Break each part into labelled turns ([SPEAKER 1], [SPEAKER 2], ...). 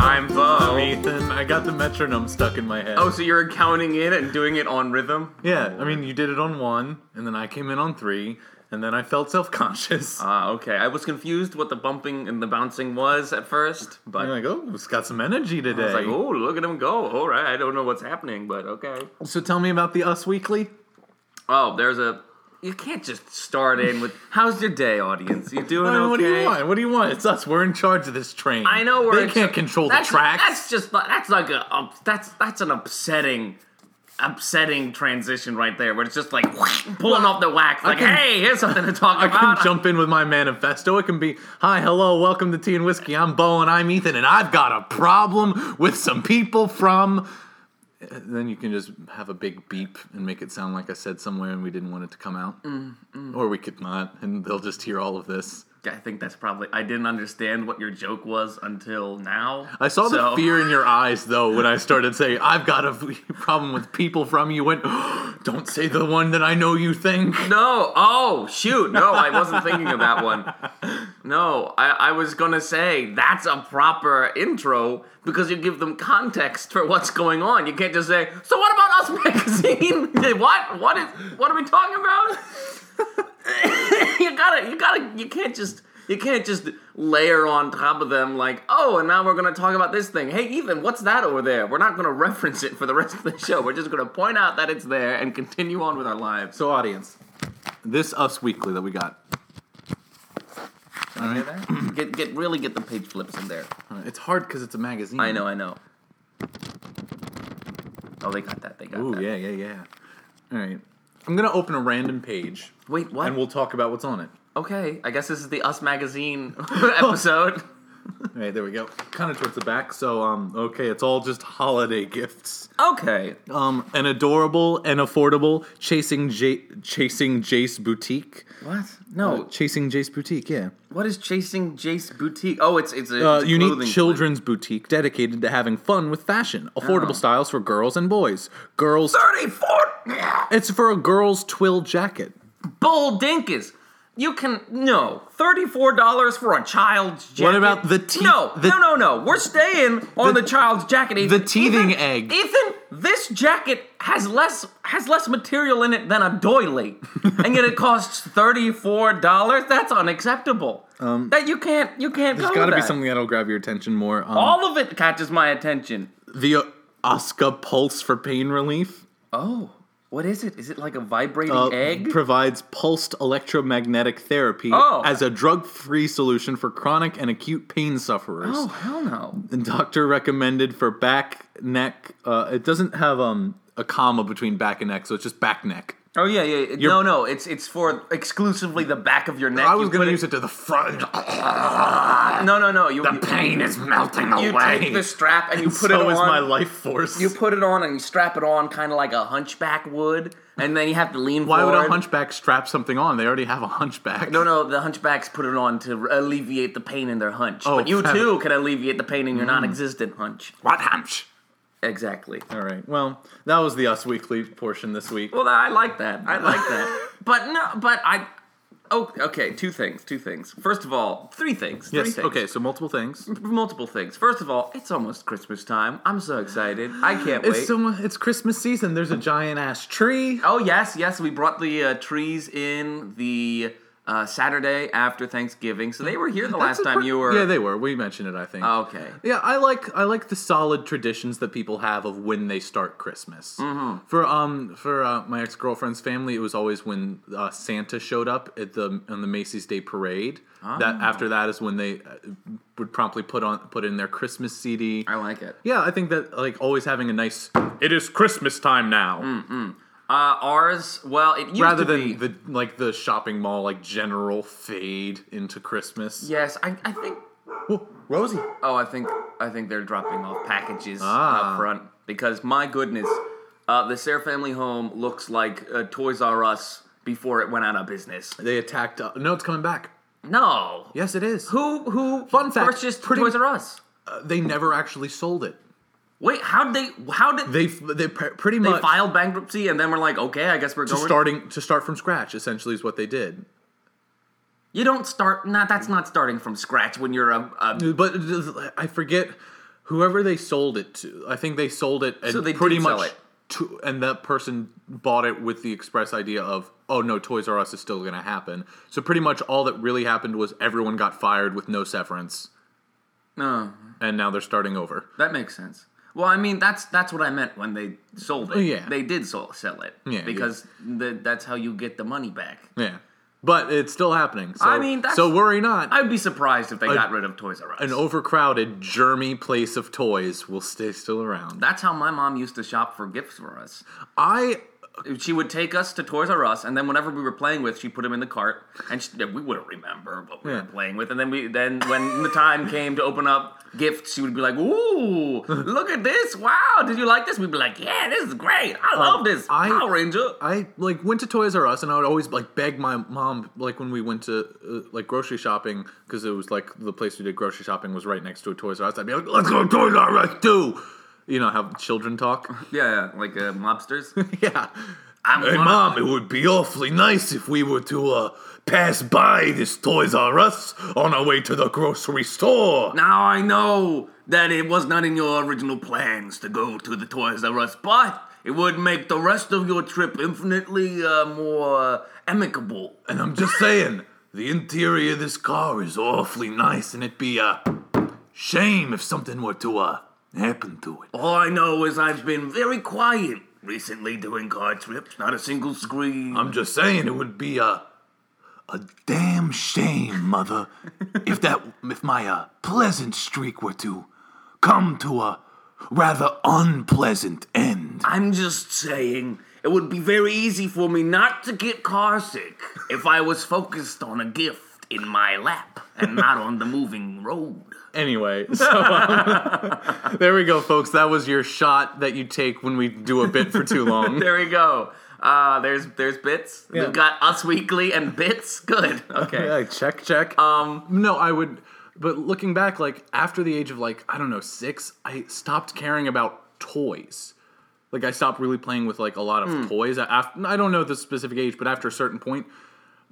[SPEAKER 1] Oh.
[SPEAKER 2] them, Ethan. I got the metronome stuck in my head.
[SPEAKER 1] Oh, so you're counting in and doing it on rhythm?
[SPEAKER 2] yeah. I mean, you did it on one, and then I came in on three, and then I felt self conscious.
[SPEAKER 1] Ah, okay. I was confused what the bumping and the bouncing was at first, but
[SPEAKER 2] I'm like, oh, it's got some energy today.
[SPEAKER 1] I was like, oh, look at him go. All right, I don't know what's happening, but okay.
[SPEAKER 2] So tell me about the Us Weekly.
[SPEAKER 1] Oh, there's a. You can't just start in with "How's your day, audience? You doing
[SPEAKER 2] I mean,
[SPEAKER 1] okay?"
[SPEAKER 2] What do you want? What do you want? It's us. We're in charge of this train.
[SPEAKER 1] I know we're
[SPEAKER 2] they
[SPEAKER 1] in
[SPEAKER 2] can't
[SPEAKER 1] ch-
[SPEAKER 2] control the
[SPEAKER 1] that's-
[SPEAKER 2] tracks.
[SPEAKER 1] That's just not- that's like a um, that's that's an upsetting, upsetting transition right there. Where it's just like pulling off the wax. Like,
[SPEAKER 2] can-
[SPEAKER 1] hey, here's something to talk
[SPEAKER 2] I
[SPEAKER 1] about.
[SPEAKER 2] can jump in with my manifesto. It can be, hi, hello, welcome to Tea and Whiskey. I'm Bo and I'm Ethan, and I've got a problem with some people from. And Then you can just have a big beep and make it sound like I said somewhere and we didn't want it to come out. Or we could not, and they'll just hear all of this.
[SPEAKER 1] I think that's probably. I didn't understand what your joke was until now.
[SPEAKER 2] I saw the
[SPEAKER 1] so-
[SPEAKER 2] fear in your eyes, though, when I started saying, I've got a problem with people from you. Went, "Oh, don't say the one that I know you think.
[SPEAKER 1] No. Oh, shoot. No, I wasn't thinking of that one. No, I, I was going to say that's a proper intro because you give them context for what's going on. You can't just say, "So what about Us magazine?" what? What is what are we talking about? you got to you got to you can't just you can't just layer on top of them like, "Oh, and now we're going to talk about this thing." Hey, Ethan, what's that over there? We're not going to reference it for the rest of the show. We're just going to point out that it's there and continue on with our lives.
[SPEAKER 2] So, audience, this Us Weekly that we got,
[SPEAKER 1] Get, get really get the page flips in there.
[SPEAKER 2] Uh, it's hard because it's a magazine.
[SPEAKER 1] I know, I know. Oh, they got that. They got
[SPEAKER 2] Ooh,
[SPEAKER 1] that.
[SPEAKER 2] yeah, yeah, yeah. All right. I'm going to open a random page
[SPEAKER 1] Wait, what?
[SPEAKER 2] and we'll talk about what's on it.
[SPEAKER 1] okay, I guess this is the Us magazine
[SPEAKER 2] Oh.
[SPEAKER 1] episode.
[SPEAKER 2] All right, there we go. Kind of towards the back. So, um, okay, it's all just holiday gifts.
[SPEAKER 1] okay.
[SPEAKER 2] Um, an adorable and affordable Chasing J- Chasing Jace boutique.
[SPEAKER 1] What?
[SPEAKER 2] Oh,
[SPEAKER 1] No.
[SPEAKER 2] Chasing Jace boutique, yeah.
[SPEAKER 1] What is chasing Jace boutique? Oh, it's it's a,
[SPEAKER 2] Uh,
[SPEAKER 1] it's a
[SPEAKER 2] unique
[SPEAKER 1] clothing-
[SPEAKER 2] children's boutique dedicated to having fun with fashion,
[SPEAKER 1] Ah.
[SPEAKER 2] affordable styles for girls and boys. Girls,
[SPEAKER 1] Thirty-four.
[SPEAKER 2] it's for a girl's twill jacket.
[SPEAKER 1] Bull dinkus. You can no thirty-four dollars for a child's jacket.
[SPEAKER 2] about the tea-
[SPEAKER 1] No,
[SPEAKER 2] the-
[SPEAKER 1] no, no, no. We're staying on
[SPEAKER 2] The-
[SPEAKER 1] the, child's jacket. Ethan.
[SPEAKER 2] the teething
[SPEAKER 1] Ethan,
[SPEAKER 2] egg.
[SPEAKER 1] Ethan, this jacket has less has less material in it than a doily, and yet it costs thirty-four dollars. That's unacceptable. that you can't you can't.
[SPEAKER 2] There's
[SPEAKER 1] go
[SPEAKER 2] got to
[SPEAKER 1] with
[SPEAKER 2] be
[SPEAKER 1] that.
[SPEAKER 2] something that'll grab your attention more. Um,
[SPEAKER 1] All of it catches my attention.
[SPEAKER 2] the Oscar Pulse for pain relief.
[SPEAKER 1] Oh, what is it? Is it like a vibrating
[SPEAKER 2] Uh,
[SPEAKER 1] egg?
[SPEAKER 2] provides pulsed electromagnetic therapy
[SPEAKER 1] Oh.
[SPEAKER 2] as a drug-free solution for chronic and acute pain sufferers.
[SPEAKER 1] oh hell no.
[SPEAKER 2] And doctor recommended for back, neck. Uh, it doesn't have um, a comma between back and neck, so it's just back neck.
[SPEAKER 1] Oh yeah, yeah. yeah. No, no. It's it's for exclusively the back of your neck.
[SPEAKER 2] I was
[SPEAKER 1] You
[SPEAKER 2] going
[SPEAKER 1] put
[SPEAKER 2] to use it to the front.
[SPEAKER 1] it. No, no, no. You, you,
[SPEAKER 2] pain is melting
[SPEAKER 1] you take the strap and you put
[SPEAKER 2] so
[SPEAKER 1] it on.
[SPEAKER 2] is my life force.
[SPEAKER 1] You put it on and you strap it on, kind of like a hunchback would, and then you have to lean
[SPEAKER 2] Why would
[SPEAKER 1] forward.
[SPEAKER 2] a hunchback strap something on? They already have a hunchback.
[SPEAKER 1] No, no. The hunchbacks put it on to alleviate the pain in their hunch.
[SPEAKER 2] Oh, Mm.
[SPEAKER 1] but you
[SPEAKER 2] fab-
[SPEAKER 1] too can alleviate the pain in your non-existent hunch.
[SPEAKER 2] What hunch?
[SPEAKER 1] Exactly.
[SPEAKER 2] All right. Well, that was the Us Weekly portion this week.
[SPEAKER 1] Well, I like that. I like that. but no, but I. Oh, okay. Two things. Two things. First of all, three things. Three
[SPEAKER 2] yes.
[SPEAKER 1] things.
[SPEAKER 2] Okay. So multiple things.
[SPEAKER 1] multiple things. First of all, it's almost Christmas time. I'm so excited. I can't wait.
[SPEAKER 2] It's so it's Christmas season. There's a giant ass tree.
[SPEAKER 1] oh yes, yes, we brought the uh, trees in the uh, Saturday after Thanksgiving, so they were here the last time you were. Oh.
[SPEAKER 2] Yeah, they were. We mentioned it. I think.
[SPEAKER 1] okay.
[SPEAKER 2] Yeah, I like I like the solid traditions that people have of when they start Christmas.
[SPEAKER 1] Mm-hmm.
[SPEAKER 2] For um for uh, my ex girlfriend's family, it was always when uh, Santa showed up at the on the Macy's Day Parade. That
[SPEAKER 1] Oh.
[SPEAKER 2] after that is when they uh, would promptly put on put in their Christmas CD.
[SPEAKER 1] I like it.
[SPEAKER 2] yeah, I think that like always having a nice. It is Christmas time
[SPEAKER 1] Mm.
[SPEAKER 2] now,
[SPEAKER 1] Uh, ours, well, it used
[SPEAKER 2] rather
[SPEAKER 1] to
[SPEAKER 2] than
[SPEAKER 1] be.
[SPEAKER 2] the like the shopping mall like general fade into Christmas.
[SPEAKER 1] yes, I, I think.
[SPEAKER 2] Whoa, Rosie.
[SPEAKER 1] Oh, I think I think they're dropping off packages
[SPEAKER 2] Ah.
[SPEAKER 1] up front because my goodness, uh, the Sarah family home looks like uh, Toys R Us before it went out of business.
[SPEAKER 2] They attacked. Uh, no, it's coming back.
[SPEAKER 1] No,
[SPEAKER 2] Yes, it is.
[SPEAKER 1] who who
[SPEAKER 2] Fun fact,
[SPEAKER 1] purchased
[SPEAKER 2] pretty-
[SPEAKER 1] Toys R Us?
[SPEAKER 2] Uh, they never actually sold it.
[SPEAKER 1] Wait, how'd they? How did they,
[SPEAKER 2] They f- they pr- pretty much
[SPEAKER 1] filed bankruptcy and then we're like, okay, I guess we're
[SPEAKER 2] to
[SPEAKER 1] going.
[SPEAKER 2] starting to start from scratch. Essentially, is what they did.
[SPEAKER 1] You don't start. Nah, that's not starting from scratch when you're a. a
[SPEAKER 2] But I uh, forget whoever they sold it to. I think they sold it and
[SPEAKER 1] So they
[SPEAKER 2] pretty
[SPEAKER 1] did sell
[SPEAKER 2] much
[SPEAKER 1] it.
[SPEAKER 2] to, and that person bought it with the express idea of oh no, Toys R Us is still going to happen. So pretty much all that really happened was everyone got fired with no severance,
[SPEAKER 1] No,
[SPEAKER 2] and now they're starting over.
[SPEAKER 1] oh, that makes sense. Well, I mean, that's that's what I meant when they sold it.
[SPEAKER 2] Yeah.
[SPEAKER 1] They did so- sell it.
[SPEAKER 2] Yeah, yeah.
[SPEAKER 1] Because The, that's how you get the money back.
[SPEAKER 2] Yeah, but it's still happening. So,
[SPEAKER 1] I mean, that's-
[SPEAKER 2] so worry not.
[SPEAKER 1] I'd be surprised if they got rid of Toys R Us.
[SPEAKER 2] an overcrowded, germy place of toys will stay still around.
[SPEAKER 1] That's how my mom used to shop for gifts for us.
[SPEAKER 2] I
[SPEAKER 1] She would take us to Toys R Us, and then whenever we were playing with, she put them in the cart, and she, we wouldn't remember what we
[SPEAKER 2] Yeah.
[SPEAKER 1] were playing with. And then we, then when the time came to open up gifts, she would be like, "Ooh, look at this! Wow, did you like this?" We'd be like, "Yeah, this is great! Um, I love this
[SPEAKER 2] I-
[SPEAKER 1] Power Ranger."
[SPEAKER 2] I like went to Toys R Us and I would always like beg my mom like when we went to uh, like grocery shopping because it was like the place we did grocery shopping was right next to a Toys R Us. I'd be like, let's go to Toys R Us too. You know how children talk.
[SPEAKER 1] yeah, yeah, like uh, mobsters.
[SPEAKER 2] yeah.
[SPEAKER 1] I'm
[SPEAKER 2] Hey
[SPEAKER 1] gonna-
[SPEAKER 2] mom, it would be awfully nice if we were to uh, pass by this Toys R Us on our way to the grocery store.
[SPEAKER 1] Now I know that it was not in your original plans to go to the Toys R Us, but it would make the rest of your trip infinitely uh, more amicable.
[SPEAKER 2] And I'm just saying, the interior of this car is awfully nice, and it'd be a shame if something were to uh, happen to it.
[SPEAKER 1] All I know is I've been very quiet recently doing car trips. Not a single scream.
[SPEAKER 2] I'm just saying, it would be a a damn shame, mother, if that if my uh, pleasant streak were to come to a rather unpleasant end.
[SPEAKER 1] I'm just saying it would be very easy for me not to get car sick if I was focused on a gift in my lap and not on the moving road.
[SPEAKER 2] Anyway, so um, there we go, folks. That was your shot that you take when we do a bit for too long.
[SPEAKER 1] There we go. Uh, there's there's bits. We've got Us Weekly and bits. Good. Okay.
[SPEAKER 2] Yeah, check, check. Um, no, I would. But looking back, like after the age of like I don't know six, I stopped caring about toys. Like I stopped really playing with like a lot of toys. After I don't know the specific age, but after a certain point,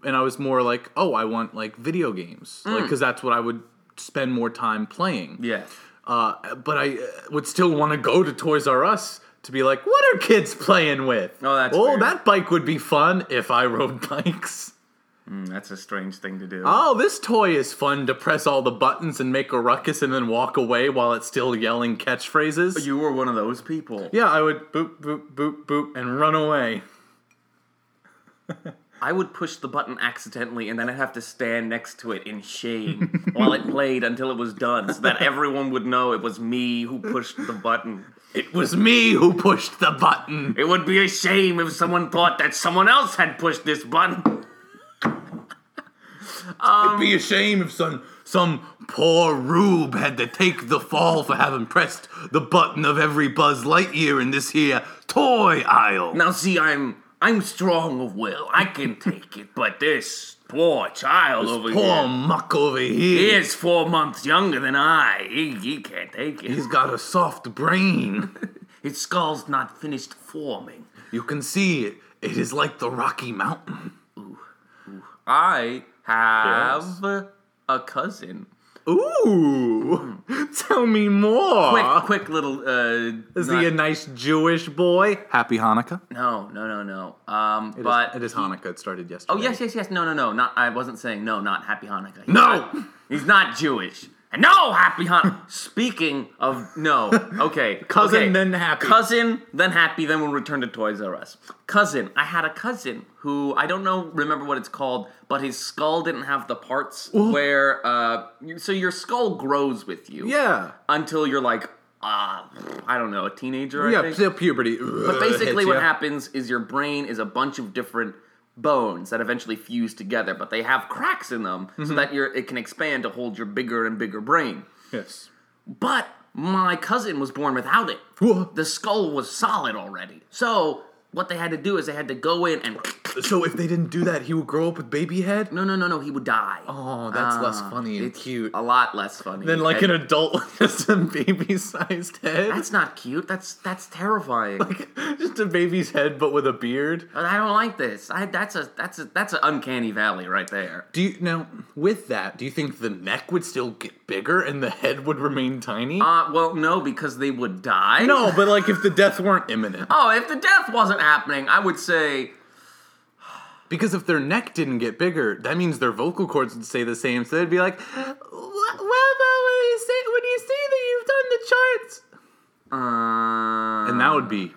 [SPEAKER 2] and I was more like, oh, I want like video games, Like 'cause because that's what I would spend more time playing.
[SPEAKER 1] Yeah.
[SPEAKER 2] Uh, but I uh, would still want to go to Toys R Us to be like, what are kids playing with?
[SPEAKER 1] Oh, that's
[SPEAKER 2] oh,
[SPEAKER 1] fair.
[SPEAKER 2] that bike would be fun if I rode bikes.
[SPEAKER 1] Mm, That's a strange thing to do.
[SPEAKER 2] Oh, this toy is fun to press all the buttons and make a ruckus and then walk away while it's still yelling catchphrases.
[SPEAKER 1] you were one of those people.
[SPEAKER 2] yeah, I would boop, boop, boop, boop, and run away.
[SPEAKER 1] I would push the button accidentally, and then I'd have to stand next to it in shame while it played until it was done, so that everyone would know it was me who pushed the button.
[SPEAKER 2] It was me who pushed the button.
[SPEAKER 1] It would be a shame if someone thought that someone else had pushed this button.
[SPEAKER 2] It'd be a shame if some some poor rube had to take the fall for having pressed the button of every Buzz Lightyear in this here toy aisle.
[SPEAKER 1] Now, see, I'm I'm strong of will. I can take it, but this poor child over
[SPEAKER 2] poor
[SPEAKER 1] here.
[SPEAKER 2] muck over here.
[SPEAKER 1] He is four months younger than I. He, he can't take it.
[SPEAKER 2] He's got a soft brain.
[SPEAKER 1] His skull's not finished forming.
[SPEAKER 2] you can see it. It is like the Rocky Mountain.
[SPEAKER 1] I have a cousin.
[SPEAKER 2] Ooh, tell me more.
[SPEAKER 1] Quick, quick little. Uh,
[SPEAKER 2] Is
[SPEAKER 1] not-
[SPEAKER 2] he a nice Jewish boy? Happy Hanukkah.
[SPEAKER 1] No, no, no, no. Um, but
[SPEAKER 2] it is Hanukkah. It started yesterday.
[SPEAKER 1] Oh yes, yes, yes. No, no, no. Not. I wasn't saying no. Not Happy Hanukkah. He's
[SPEAKER 2] No!
[SPEAKER 1] not- he's not Jewish. And No, Happy Hanukkah. Speaking of no, okay.
[SPEAKER 2] Cousin,
[SPEAKER 1] okay.
[SPEAKER 2] then happy.
[SPEAKER 1] Cousin, then happy. Then we'll return to Toys R Us. Cousin. I had a cousin who I don't know. Remember what it's called? But his skull didn't have the parts where. Uh, you- so your skull grows with you.
[SPEAKER 2] Yeah.
[SPEAKER 1] Until you're like. Uh, I don't know, a teenager. I
[SPEAKER 2] Yeah.
[SPEAKER 1] think.
[SPEAKER 2] pu- Puberty. But
[SPEAKER 1] Basically, what happens is your brain is a bunch of different bones that eventually fuse together, but they have cracks in them so
[SPEAKER 2] Mm-hmm.
[SPEAKER 1] that your it can expand to hold your bigger and bigger brain.
[SPEAKER 2] Yes.
[SPEAKER 1] But my cousin was born without it.
[SPEAKER 2] Whoa.
[SPEAKER 1] The skull was solid already. So what they had to do is they had to go in and
[SPEAKER 2] So if they didn't do that, he would grow up with baby head.
[SPEAKER 1] No, no, no, no. He would die.
[SPEAKER 2] Oh, that's less funny and
[SPEAKER 1] Ah, it's
[SPEAKER 2] cute
[SPEAKER 1] A lot less funny
[SPEAKER 2] than like
[SPEAKER 1] And
[SPEAKER 2] an adult with just a baby-sized head.
[SPEAKER 1] That's not cute. That's that's terrifying.
[SPEAKER 2] just a baby's head, but with a beard.
[SPEAKER 1] I don't like this. I that's a that's a that's an uncanny valley right there.
[SPEAKER 2] Do you now with that? Do you think the neck would still get bigger and the head would remain tiny?
[SPEAKER 1] Uh, well, no, because they would die.
[SPEAKER 2] no, but like if the death weren't imminent,
[SPEAKER 1] Oh, if the death wasn't happening, I would say
[SPEAKER 2] because if their neck didn't get bigger, that means their vocal cords would stay the same. So they'd be like, "Wha- "Well, but when you say when you say that you've done the charts,"
[SPEAKER 1] uh,
[SPEAKER 2] and that would be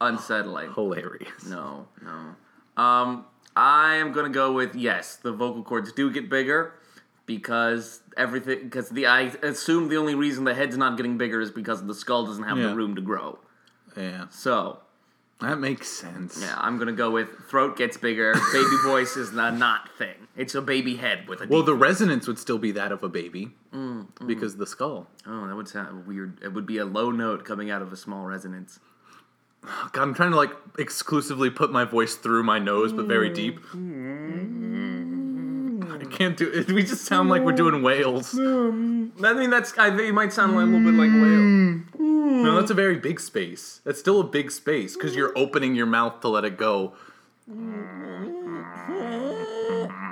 [SPEAKER 1] unsettling.
[SPEAKER 2] hilarious.
[SPEAKER 1] No, no. Um, I am gonna go with yes. The vocal cords do get bigger because everything. Because the I assume the only reason the head's not getting bigger is because the skull doesn't have
[SPEAKER 2] Yeah.
[SPEAKER 1] the room to grow.
[SPEAKER 2] Yeah,
[SPEAKER 1] So
[SPEAKER 2] that makes sense.
[SPEAKER 1] yeah, I'm gonna go with throat gets bigger. Baby voice is the not thing. It's a baby head with a.
[SPEAKER 2] Well,
[SPEAKER 1] Well,
[SPEAKER 2] the resonance would still be that of a baby
[SPEAKER 1] Mm,
[SPEAKER 2] because the skull.
[SPEAKER 1] oh, that would sound weird. It would be a low note coming out of a small resonance.
[SPEAKER 2] God, I'm trying to like exclusively put my voice through my nose, but
[SPEAKER 1] Mm.
[SPEAKER 2] very deep. I can't do it. We just sound like we're
[SPEAKER 1] Mm.
[SPEAKER 2] doing whales. No,
[SPEAKER 1] I mean, that's. I think it might sound a little bit like whale.
[SPEAKER 2] that's a very big space. That's still a big space because you're
[SPEAKER 1] Mm.
[SPEAKER 2] opening your mouth to let it go.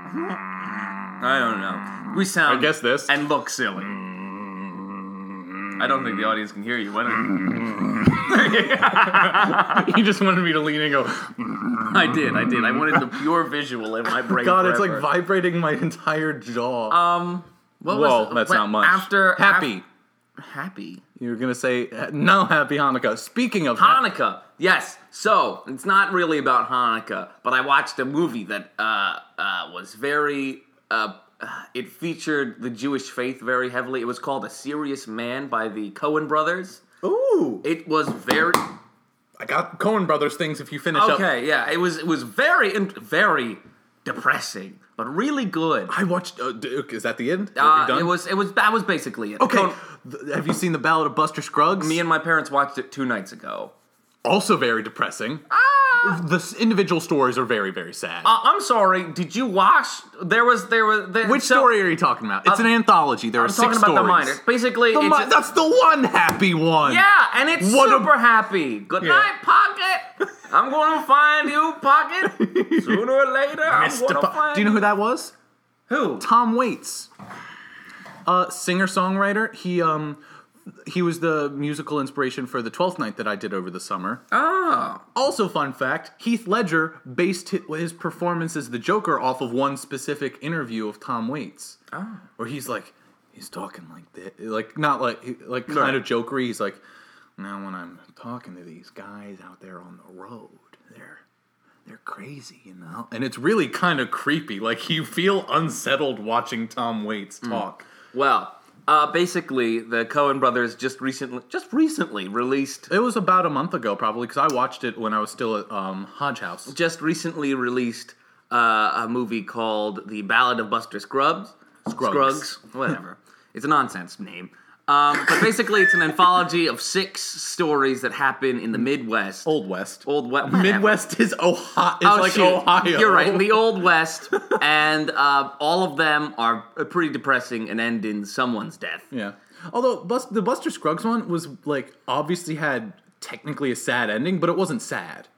[SPEAKER 1] I don't know. We
[SPEAKER 2] I
[SPEAKER 1] sound.
[SPEAKER 2] guess this.
[SPEAKER 1] and look silly. I don't think the audience can hear you. Why don't
[SPEAKER 2] you just wanted me to lean and go.
[SPEAKER 1] I did, I did. I wanted the pure visual in my brain.
[SPEAKER 2] God, it's like
[SPEAKER 1] forever.
[SPEAKER 2] vibrating my entire jaw.
[SPEAKER 1] um. What was
[SPEAKER 2] Whoa,
[SPEAKER 1] the-
[SPEAKER 2] that's
[SPEAKER 1] what-
[SPEAKER 2] not much.
[SPEAKER 1] After
[SPEAKER 2] happy,
[SPEAKER 1] af- happy
[SPEAKER 2] you were gonna say no. Happy Hanukkah. Speaking of Hanukkah.
[SPEAKER 1] Hanukkah. Yes. So it's not really about Hanukkah, but I watched a movie that uh, uh, was very. Uh, uh, it featured the Jewish faith very heavily. It was called A Serious Man by the Cohen Brothers.
[SPEAKER 2] ooh,
[SPEAKER 1] It was very.
[SPEAKER 2] I got Cohen Brothers things. If you finish up,
[SPEAKER 1] Okay, yeah, it was it was very in- very depressing, but really good.
[SPEAKER 2] I watched. Uh, d- is that the end? You're
[SPEAKER 1] Uh,
[SPEAKER 2] done?
[SPEAKER 1] it was it was that was basically it.
[SPEAKER 2] Okay.
[SPEAKER 1] Conan-
[SPEAKER 2] th- have you seen the Ballad of Buster Scruggs?
[SPEAKER 1] me and my parents watched it two nights ago.
[SPEAKER 2] also very depressing.
[SPEAKER 1] Ah,
[SPEAKER 2] The s- individual stories are very very sad.
[SPEAKER 1] uh, I'm sorry. Did you watch? There was there was there,
[SPEAKER 2] Which
[SPEAKER 1] so-
[SPEAKER 2] story are you talking about? It's an anthology. There are
[SPEAKER 1] I'm
[SPEAKER 2] six
[SPEAKER 1] talking about the
[SPEAKER 2] stories.
[SPEAKER 1] minor. Basically,
[SPEAKER 2] The
[SPEAKER 1] it's
[SPEAKER 2] mi- that's the one happy one.
[SPEAKER 1] yeah, and it's
[SPEAKER 2] What a-
[SPEAKER 1] super happy. Good
[SPEAKER 2] Yeah.
[SPEAKER 1] night, Pocket. I'm gonna find you, Pocket. Sooner or later, I'm
[SPEAKER 2] Mr.
[SPEAKER 1] gonna
[SPEAKER 2] Po-
[SPEAKER 1] find
[SPEAKER 2] Do you know who that was?
[SPEAKER 1] who?
[SPEAKER 2] Tom Waits, uh, singer songwriter. He um. He was the musical inspiration for the Twelfth Night that I did over the summer.
[SPEAKER 1] Oh,
[SPEAKER 2] Also, fun fact: Heath Ledger based hi- his performance as the Joker off of one specific interview of Tom Waits.
[SPEAKER 1] oh,
[SPEAKER 2] where he's like he's talking like this like not like he- like kind of jokery he's like now when i'm talking to these guys out there on the road they're they're crazy you know and it's really kind of creepy like you feel unsettled watching tom waits talk
[SPEAKER 1] Well, uh, basically, the Cohen brothers just recently, just recently released,
[SPEAKER 2] it was about a month ago probably because i watched it when i was still at um, hodge house
[SPEAKER 1] just recently released uh, a movie called The Ballad of Buster Scrubs.
[SPEAKER 2] Scruggs.
[SPEAKER 1] Scruggs, whatever. it's a nonsense name. Um, but basically, it's an anthology of six stories that happen in the Midwest.
[SPEAKER 2] old west
[SPEAKER 1] Old West.
[SPEAKER 2] midwest is ohio it's like
[SPEAKER 1] Oh, shoot.
[SPEAKER 2] ohio
[SPEAKER 1] You're right, the Old West, and uh, all of them are pretty depressing and end in someone's death.
[SPEAKER 2] Yeah. Although Bus- the Buster Scruggs one was like obviously had technically a sad ending, but it wasn't sad.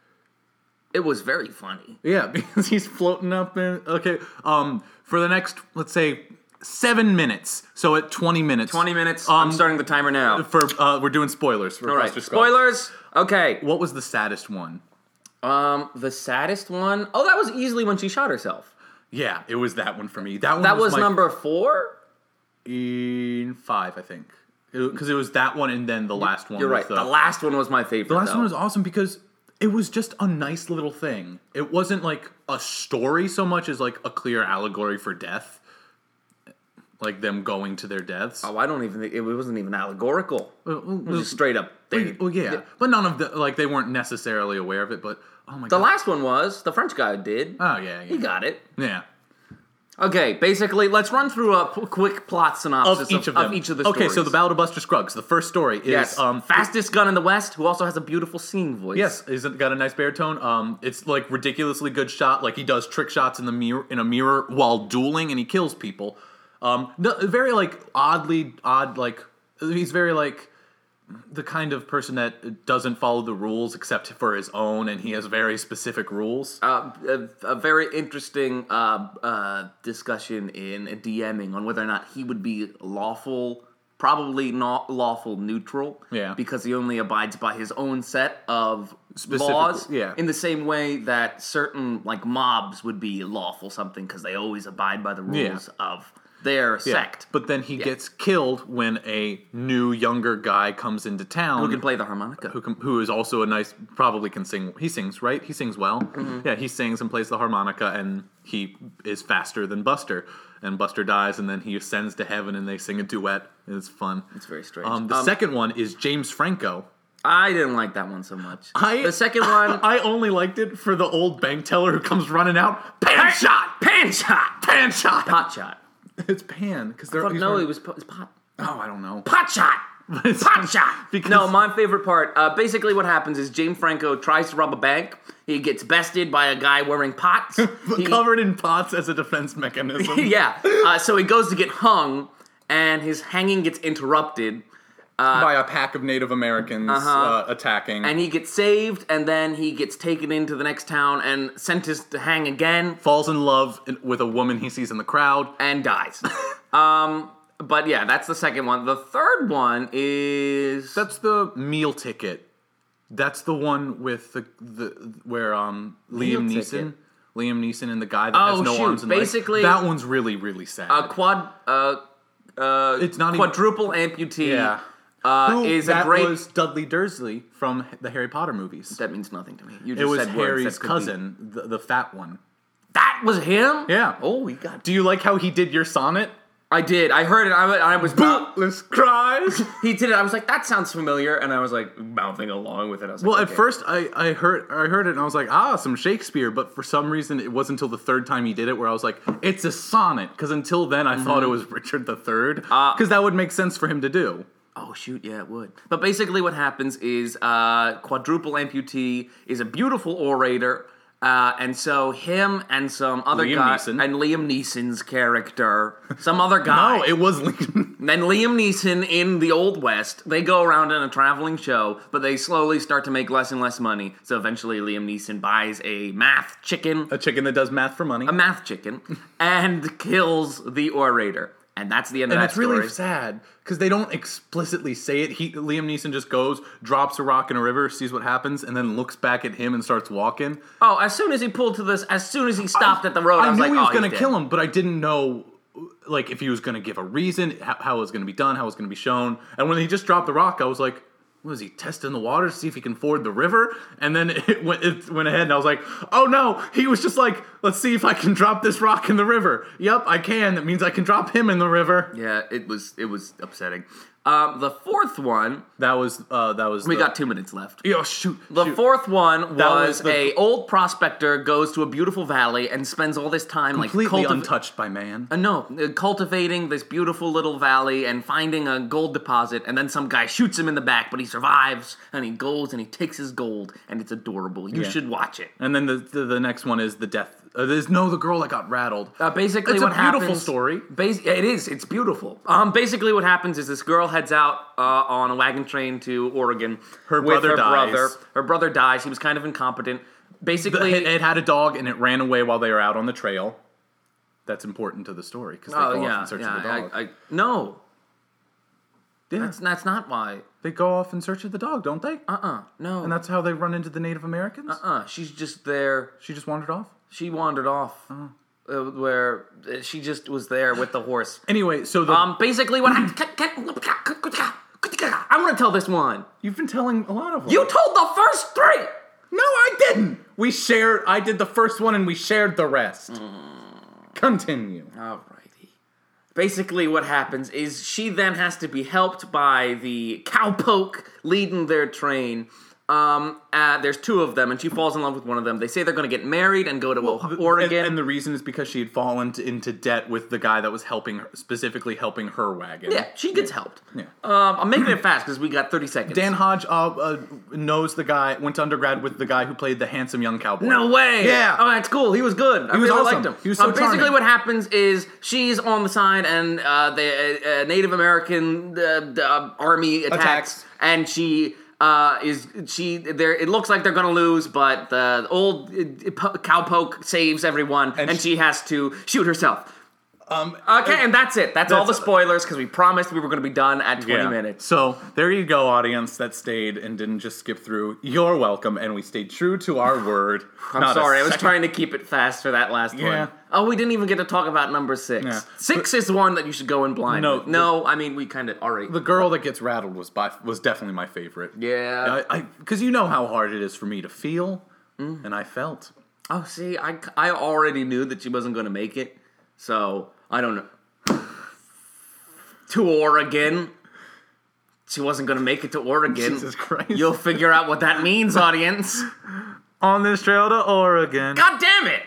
[SPEAKER 1] It was very funny.
[SPEAKER 2] Yeah, because he's floating up in okay. Um, for the next let's say seven minutes. So at twenty minutes.
[SPEAKER 1] 20 minutes.
[SPEAKER 2] Um,
[SPEAKER 1] I'm starting the timer now.
[SPEAKER 2] for uh, we're doing spoilers for
[SPEAKER 1] All right,
[SPEAKER 2] Buster Scruggs.
[SPEAKER 1] spoilers. Okay.
[SPEAKER 2] What was the saddest one?
[SPEAKER 1] Um, the saddest one. Oh, that was easily when she shot herself.
[SPEAKER 2] Yeah, it was that one for me. That one.
[SPEAKER 1] That was
[SPEAKER 2] was, my
[SPEAKER 1] number four.
[SPEAKER 2] in five, I think, because it, was that one and then the last one.
[SPEAKER 1] You're
[SPEAKER 2] was
[SPEAKER 1] right.
[SPEAKER 2] The,
[SPEAKER 1] The last one was my favorite.
[SPEAKER 2] The last one was awesome because it was just a nice little thing. It wasn't like a story so much as like a clear allegory for death, like them going to their deaths.
[SPEAKER 1] Oh, I don't even think it wasn't even allegorical. It
[SPEAKER 2] Well,
[SPEAKER 1] was just straight up. They,
[SPEAKER 2] well, yeah, but none of the like they weren't necessarily aware of it. But oh my
[SPEAKER 1] The
[SPEAKER 2] god,
[SPEAKER 1] last one was the French guy did.
[SPEAKER 2] oh yeah,
[SPEAKER 1] he
[SPEAKER 2] yeah,
[SPEAKER 1] got it.
[SPEAKER 2] yeah.
[SPEAKER 1] Okay, basically, let's run through a p- quick plot synopsis
[SPEAKER 2] Of each of them.
[SPEAKER 1] each of the
[SPEAKER 2] okay,
[SPEAKER 1] stories.
[SPEAKER 2] so the Battle of Buster Scruggs. The first story is
[SPEAKER 1] yes,
[SPEAKER 2] um,
[SPEAKER 1] fastest gun in the West, who also has a beautiful singing voice.
[SPEAKER 2] Yes, isn't got a nice baritone. Um, it's like ridiculously good shot. Like he does trick shots in the mirror in a mirror while dueling, and he kills people. Um, no, very like oddly odd. Like he's very like the kind of person that doesn't follow the rules except for his own, and he has very specific rules.
[SPEAKER 1] Uh, a, a very interesting uh, uh, discussion in DMing on whether or not he would be lawful, probably not lawful neutral.
[SPEAKER 2] Yeah.
[SPEAKER 1] Because he only abides by his own set of
[SPEAKER 2] Specific-
[SPEAKER 1] laws.
[SPEAKER 2] yeah.
[SPEAKER 1] In the same way that certain like mobs would be lawful something because they always abide by the rules of their
[SPEAKER 2] Yeah.
[SPEAKER 1] sect.
[SPEAKER 2] But then he gets killed when a new younger guy comes into town
[SPEAKER 1] Who can play the harmonica?
[SPEAKER 2] who can, who is also a nice probably can sing he sings right he sings well
[SPEAKER 1] Mm-hmm.
[SPEAKER 2] yeah he sings and plays the harmonica and he is faster than buster and buster dies and then he ascends to heaven and they sing a duet and it's fun
[SPEAKER 1] It's very strange.
[SPEAKER 2] um, the
[SPEAKER 1] Um,
[SPEAKER 2] second one is james franco
[SPEAKER 1] I didn't like that one so much.
[SPEAKER 2] I,
[SPEAKER 1] the second one,
[SPEAKER 2] i only liked it for the old bank teller who comes running out pan
[SPEAKER 1] Pan-
[SPEAKER 2] shot
[SPEAKER 1] pan shot,
[SPEAKER 2] pan shot
[SPEAKER 1] pot shot.
[SPEAKER 2] it's pan because they're he's
[SPEAKER 1] No,
[SPEAKER 2] wearing-
[SPEAKER 1] it was po- it's pot.
[SPEAKER 2] oh i don't know
[SPEAKER 1] pot shot.
[SPEAKER 2] It's-
[SPEAKER 1] Pot shot.
[SPEAKER 2] Because-
[SPEAKER 1] no, my favorite part. Uh, basically, what happens is James Franco tries to rob a bank. He gets bested by a guy wearing pots. He-
[SPEAKER 2] covered in pots as a defense mechanism
[SPEAKER 1] yeah. Uh, so he goes to get hung, and his hanging gets interrupted.
[SPEAKER 2] by a pack of native americans uh attacking
[SPEAKER 1] Uh, Uh-huh. And he gets saved, and then he gets taken into the next town and sentenced to hang again
[SPEAKER 2] falls in love in- with a woman he sees in the crowd.
[SPEAKER 1] and dies. um, but yeah, that's the second one. The third one is
[SPEAKER 2] That's the meal ticket. That's the one with the the where um Liam
[SPEAKER 1] Meal
[SPEAKER 2] Neeson,
[SPEAKER 1] Ticket.
[SPEAKER 2] Liam Neeson and the guy that has
[SPEAKER 1] Oh,
[SPEAKER 2] no
[SPEAKER 1] shoot.
[SPEAKER 2] arms and legs.
[SPEAKER 1] Basically-
[SPEAKER 2] That one's really really sad.
[SPEAKER 1] a quad. Uh, uh,
[SPEAKER 2] It's not even-
[SPEAKER 1] quadruple amputee.
[SPEAKER 2] yeah.
[SPEAKER 1] Uh,
[SPEAKER 2] Who-
[SPEAKER 1] is
[SPEAKER 2] that
[SPEAKER 1] a great
[SPEAKER 2] was Dudley Dursley from the Harry Potter movies.
[SPEAKER 1] That means nothing to me. You just
[SPEAKER 2] It was
[SPEAKER 1] said words
[SPEAKER 2] Harry's
[SPEAKER 1] that could be-
[SPEAKER 2] cousin, the, the fat one.
[SPEAKER 1] That was him.
[SPEAKER 2] Yeah.
[SPEAKER 1] Oh, he got.
[SPEAKER 2] Do you like how he did your sonnet?
[SPEAKER 1] I did. I heard it. I, wa- I was. mou-
[SPEAKER 2] Bootless cries.
[SPEAKER 1] he did it. I was like, that sounds familiar, and I was like mouthing along with it. I was
[SPEAKER 2] Well,
[SPEAKER 1] like,
[SPEAKER 2] at
[SPEAKER 1] okay.
[SPEAKER 2] first I, I heard I heard it and I was like, ah, some Shakespeare. But for some reason, it wasn't until the third time he did it where I was like, it's a sonnet. Because until then, I thought it was Richard III. Because that would make sense for him to do.
[SPEAKER 1] Oh shoot, yeah, it would. But basically, what happens is uh, quadruple amputee is a beautiful orator, uh, and so him and some other
[SPEAKER 2] Liam
[SPEAKER 1] guy
[SPEAKER 2] Neeson.
[SPEAKER 1] and Liam Neeson's character, some other guy.
[SPEAKER 2] No, it was Lincoln.
[SPEAKER 1] Then Liam Neeson in the Old West, they go around in a traveling show, but they slowly start to make less and less money. So eventually, Liam Neeson buys a math chicken,
[SPEAKER 2] a chicken that does math for money.
[SPEAKER 1] a math chicken, and kills the orator. And that's the end of
[SPEAKER 2] and
[SPEAKER 1] that
[SPEAKER 2] it's really
[SPEAKER 1] story.
[SPEAKER 2] sad because they don't explicitly say it. He, Liam Neeson just goes, drops a rock in a river, sees what happens, and then looks back at him and starts walking.
[SPEAKER 1] oh, as soon as he pulled to this, as soon as he stopped at the road, I,
[SPEAKER 2] I,
[SPEAKER 1] was
[SPEAKER 2] knew
[SPEAKER 1] like,
[SPEAKER 2] he was
[SPEAKER 1] oh,
[SPEAKER 2] gonna
[SPEAKER 1] he's dead.
[SPEAKER 2] kill him, but I didn't know like if he was gonna give a reason, how, how it was gonna be done, how it was gonna be shown. And when he just dropped the rock, I was like, "Was he testing the water to see if he can ford the river?" And then it went, it went ahead, and I was like, "Oh no!" He was just like, "Let's see if I can drop this rock in the river." Yep, I can. That means I can drop him in the river.
[SPEAKER 1] Yeah, it was it was upsetting. Um, the fourth one,
[SPEAKER 2] That was uh, that was
[SPEAKER 1] we got two minutes left.
[SPEAKER 2] Yo, shoot.
[SPEAKER 1] The
[SPEAKER 2] shoot.
[SPEAKER 1] fourth one was,
[SPEAKER 2] was the-
[SPEAKER 1] a old prospector goes to a beautiful valley and spends all this time like
[SPEAKER 2] completely
[SPEAKER 1] cultiv-
[SPEAKER 2] untouched by man.
[SPEAKER 1] Uh, no, uh, cultivating this beautiful little valley and finding a gold deposit, and then some guy shoots him in the back, but he survives, and he goes and he takes his gold, and it's adorable. You
[SPEAKER 2] Yeah.
[SPEAKER 1] should watch it.
[SPEAKER 2] And then the, the the next one is the death. Uh, there's no the girl that got rattled.
[SPEAKER 1] Uh, basically,
[SPEAKER 2] It's a
[SPEAKER 1] what
[SPEAKER 2] beautiful
[SPEAKER 1] happens-
[SPEAKER 2] story.
[SPEAKER 1] Bas- yeah, it is. It's beautiful. Um, basically, what happens is this girl heads out uh, on a wagon train to Oregon.
[SPEAKER 2] Her
[SPEAKER 1] with
[SPEAKER 2] brother
[SPEAKER 1] her
[SPEAKER 2] dies.
[SPEAKER 1] Brother. Her brother dies. He was kind of incompetent. Basically,
[SPEAKER 2] it, it had a dog and it ran away while they were out on the trail. That's important to the story because they
[SPEAKER 1] oh
[SPEAKER 2] go
[SPEAKER 1] yeah,
[SPEAKER 2] off in search
[SPEAKER 1] yeah,
[SPEAKER 2] of the dog.
[SPEAKER 1] I, I, no,
[SPEAKER 2] yeah,
[SPEAKER 1] that's, that's not why.
[SPEAKER 2] they go off in search of the dog, don't they?
[SPEAKER 1] Uh uh no.
[SPEAKER 2] and that's how they run into the Native Americans.
[SPEAKER 1] uh uh, she's just there.
[SPEAKER 2] She just wandered off.
[SPEAKER 1] she wandered off
[SPEAKER 2] Uh-huh.
[SPEAKER 1] uh, where uh, she just was there with the horse.
[SPEAKER 2] Anyway, so the,
[SPEAKER 1] Um, basically, what I, I'm gonna tell this one.
[SPEAKER 2] you've been telling a lot of them.
[SPEAKER 1] You told the first three.
[SPEAKER 2] no, I didn't. We shared. I did the first one, and we shared the rest. Mm. Continue.
[SPEAKER 1] Alrighty. Basically, what happens is she then has to be helped by the cowpoke leading their train. Um, uh, there's two of them, and she falls in love with one of them. They say they're going to get married and go to
[SPEAKER 2] The-
[SPEAKER 1] Oregon.
[SPEAKER 2] and, and the reason is because she had fallen t- into debt with the guy that was helping her, specifically helping her wagon.
[SPEAKER 1] yeah, she gets helped.
[SPEAKER 2] Yeah.
[SPEAKER 1] Um, I'm making it fast because we got 30 seconds.
[SPEAKER 2] Dan Hodge uh, uh, knows the guy, went to undergrad with the guy who played the handsome young cowboy.
[SPEAKER 1] No way.
[SPEAKER 2] Yeah.
[SPEAKER 1] Oh, that's cool. He was good. I
[SPEAKER 2] was
[SPEAKER 1] really
[SPEAKER 2] awesome.
[SPEAKER 1] liked him.
[SPEAKER 2] He was
[SPEAKER 1] Uh,
[SPEAKER 2] so
[SPEAKER 1] basically,
[SPEAKER 2] charming.
[SPEAKER 1] what happens is she's on the side, and uh, the uh, Native American uh, d- uh, army attacks,
[SPEAKER 2] Attacks.
[SPEAKER 1] and she. Uh, is she there? It looks like they're gonna lose, but the old uh, po- cowpoke saves everyone, and,
[SPEAKER 2] And
[SPEAKER 1] she, has to shoot herself.
[SPEAKER 2] Um,
[SPEAKER 1] Okay, and that's it. That's, all the
[SPEAKER 2] That's-
[SPEAKER 1] spoilers because we promised we were gonna be done at twenty
[SPEAKER 2] Yeah.
[SPEAKER 1] minutes.
[SPEAKER 2] So there you go, audience that stayed and didn't just skip through. You're welcome, and we stayed true to our word.
[SPEAKER 1] I'm sorry, I was trying to keep it fast for that last
[SPEAKER 2] Yeah.
[SPEAKER 1] one. Oh, we didn't even get to talk about number six.
[SPEAKER 2] Yeah.
[SPEAKER 1] Six is one that you should go in blind.
[SPEAKER 2] No,
[SPEAKER 1] with. no, I mean we kind of already.
[SPEAKER 2] The girl that gets rattled was by was definitely my favorite.
[SPEAKER 1] yeah.
[SPEAKER 2] I because you know how hard it is for me to feel,
[SPEAKER 1] Mm.
[SPEAKER 2] and I felt.
[SPEAKER 1] oh, see, I I already knew that she wasn't going to make it, so I don't know. To Oregon, she wasn't going to make it to Oregon.
[SPEAKER 2] Jesus Christ!
[SPEAKER 1] You'll figure out what that means, audience.
[SPEAKER 2] on this trail to Oregon.
[SPEAKER 1] God damn it!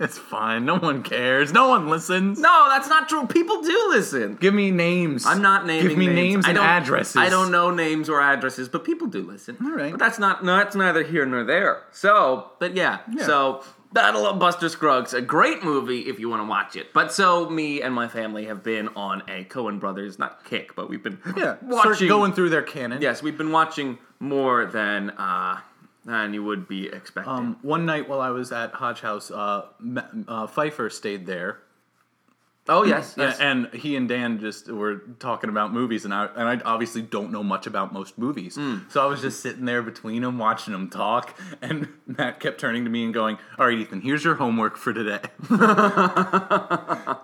[SPEAKER 2] It's fine. No one cares. No one listens.
[SPEAKER 1] No, that's not true. People do listen.
[SPEAKER 2] Give me names.
[SPEAKER 1] I'm not naming.
[SPEAKER 2] Give me names,
[SPEAKER 1] I
[SPEAKER 2] and
[SPEAKER 1] don't-
[SPEAKER 2] addresses.
[SPEAKER 1] I don't know names or addresses, but people do listen. All
[SPEAKER 2] right.
[SPEAKER 1] but that's not. No, that's neither here nor there. So, but yeah.
[SPEAKER 2] Yeah.
[SPEAKER 1] So, Battle of Buster Scruggs, a great movie if you want to watch it. But so me and my family have been on a Cohen Brothers not kick, but we've been
[SPEAKER 2] Yeah,
[SPEAKER 1] watching.
[SPEAKER 2] start going through their canon.
[SPEAKER 1] yes, we've been watching more than uh than you would be expecting.
[SPEAKER 2] Um, one night while I was at Hodge House, uh, Ma- uh, Pfeiffer stayed there,
[SPEAKER 1] oh yes, yes.
[SPEAKER 2] A- and he and Dan just were talking about movies, and I and I obviously don't know much about most movies,
[SPEAKER 1] Hmm.
[SPEAKER 2] so I was just sitting there between them, watching them talk, and Matt kept turning to me and going, "All right, Ethan, here's your homework for today."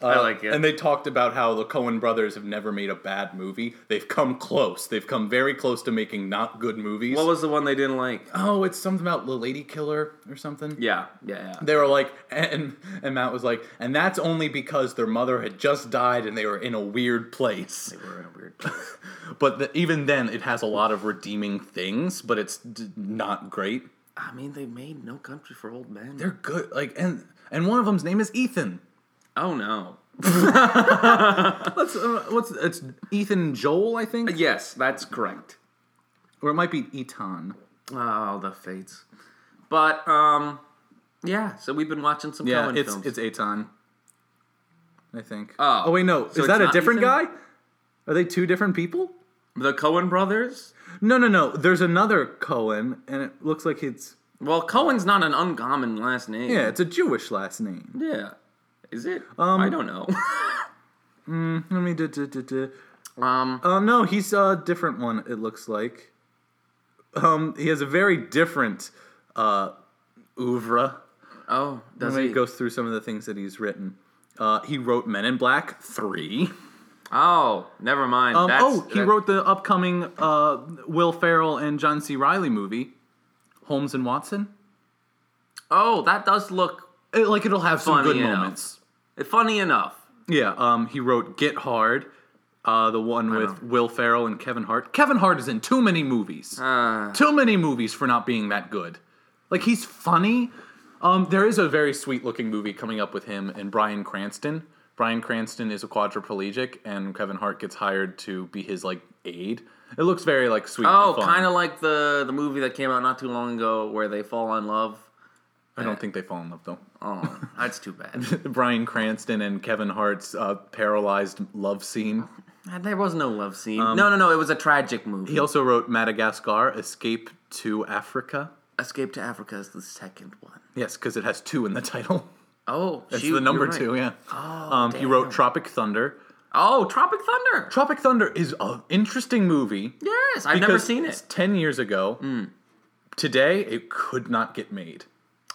[SPEAKER 1] I like it.
[SPEAKER 2] uh, And they talked about how the Coen brothers have never made a bad movie. They've come close. They've come very close to making not good movies.
[SPEAKER 1] what was the one they didn't like?
[SPEAKER 2] oh, it's something about the Lady Killer or something.
[SPEAKER 1] Yeah, yeah, yeah.
[SPEAKER 2] They were like, and and Matt was like, and that's only because their mother had just died and they were in a weird place.
[SPEAKER 1] We're in a weird.
[SPEAKER 2] But the, even then, it has a lot of redeeming things, but it's d- not great.
[SPEAKER 1] I mean, they made No Country for Old Men.
[SPEAKER 2] They're good, like, and and one of them's name is Ethan.
[SPEAKER 1] oh no.
[SPEAKER 2] Let's uh, what's it's Ethan Joel, I think,
[SPEAKER 1] Yes, that's correct.
[SPEAKER 2] or it might be Eton.
[SPEAKER 1] Oh, the fates. But um, yeah. So we've been watching some
[SPEAKER 2] Yeah,
[SPEAKER 1] Cohen
[SPEAKER 2] it's
[SPEAKER 1] films.
[SPEAKER 2] it's Aton. I think.
[SPEAKER 1] Oh.
[SPEAKER 2] wait, no.
[SPEAKER 1] So
[SPEAKER 2] Is that
[SPEAKER 1] it's
[SPEAKER 2] a
[SPEAKER 1] not
[SPEAKER 2] different
[SPEAKER 1] Ethan?
[SPEAKER 2] guy? Are they two different people?
[SPEAKER 1] the Cohen brothers.
[SPEAKER 2] No, no, no. There's another Cohen, and it looks like it's
[SPEAKER 1] Well, Cohen's not an uncommon last name.
[SPEAKER 2] yeah, it's a Jewish last name.
[SPEAKER 1] Yeah. Is it?
[SPEAKER 2] Um,
[SPEAKER 1] I don't know.
[SPEAKER 2] Let me. do- do- do- do.
[SPEAKER 1] um,
[SPEAKER 2] Oh no, he's a different one. It looks like. Um, he has a very different uh, oeuvre.
[SPEAKER 1] oh, does
[SPEAKER 2] Let me
[SPEAKER 1] he?
[SPEAKER 2] go through some of the things that he's written. Uh, he wrote Men in Black three.
[SPEAKER 1] oh, never mind.
[SPEAKER 2] Um,
[SPEAKER 1] That's,
[SPEAKER 2] oh, he
[SPEAKER 1] that-
[SPEAKER 2] wrote the upcoming uh, Will Ferrell and John C. Riley movie, Holmes and Watson.
[SPEAKER 1] Oh, that does look
[SPEAKER 2] It- like it'll have some
[SPEAKER 1] Funny
[SPEAKER 2] good
[SPEAKER 1] enough.
[SPEAKER 2] moments.
[SPEAKER 1] funny enough.
[SPEAKER 2] Yeah. Um, he wrote Get Hard, uh, the one with Will Ferrell and Kevin Hart. Kevin Hart is in too many movies.
[SPEAKER 1] Uh,
[SPEAKER 2] too many movies for not being that good. Like he's funny. Um, there is a very sweet looking movie coming up with him and Brian Cranston. Brian Cranston is a quadriplegic, and Kevin Hart gets hired to be his like aide. It looks very like sweet.
[SPEAKER 1] oh,
[SPEAKER 2] and fun.
[SPEAKER 1] kind of like the the movie that came out not too long ago where they fall in love.
[SPEAKER 2] I don't think they fall in love though.
[SPEAKER 1] Oh, that's too bad.
[SPEAKER 2] Brian Cranston and Kevin Hart's uh, paralyzed love scene.
[SPEAKER 1] And Uh, There was no love scene. no, no, no. It was a tragic movie.
[SPEAKER 2] Um, He also wrote Madagascar: Escape to Africa.
[SPEAKER 1] Escape to Africa is the second one.
[SPEAKER 2] Yes, because it has two in the title.
[SPEAKER 1] Oh,
[SPEAKER 2] It's the number two. Yeah. um, he wrote Tropic Thunder.
[SPEAKER 1] Oh, Tropic Thunder.
[SPEAKER 2] Tropic Thunder is an interesting movie.
[SPEAKER 1] Yes, I've never
[SPEAKER 2] because
[SPEAKER 1] seen
[SPEAKER 2] It's
[SPEAKER 1] it. Hmm.
[SPEAKER 2] ten years ago. Today, it could not get made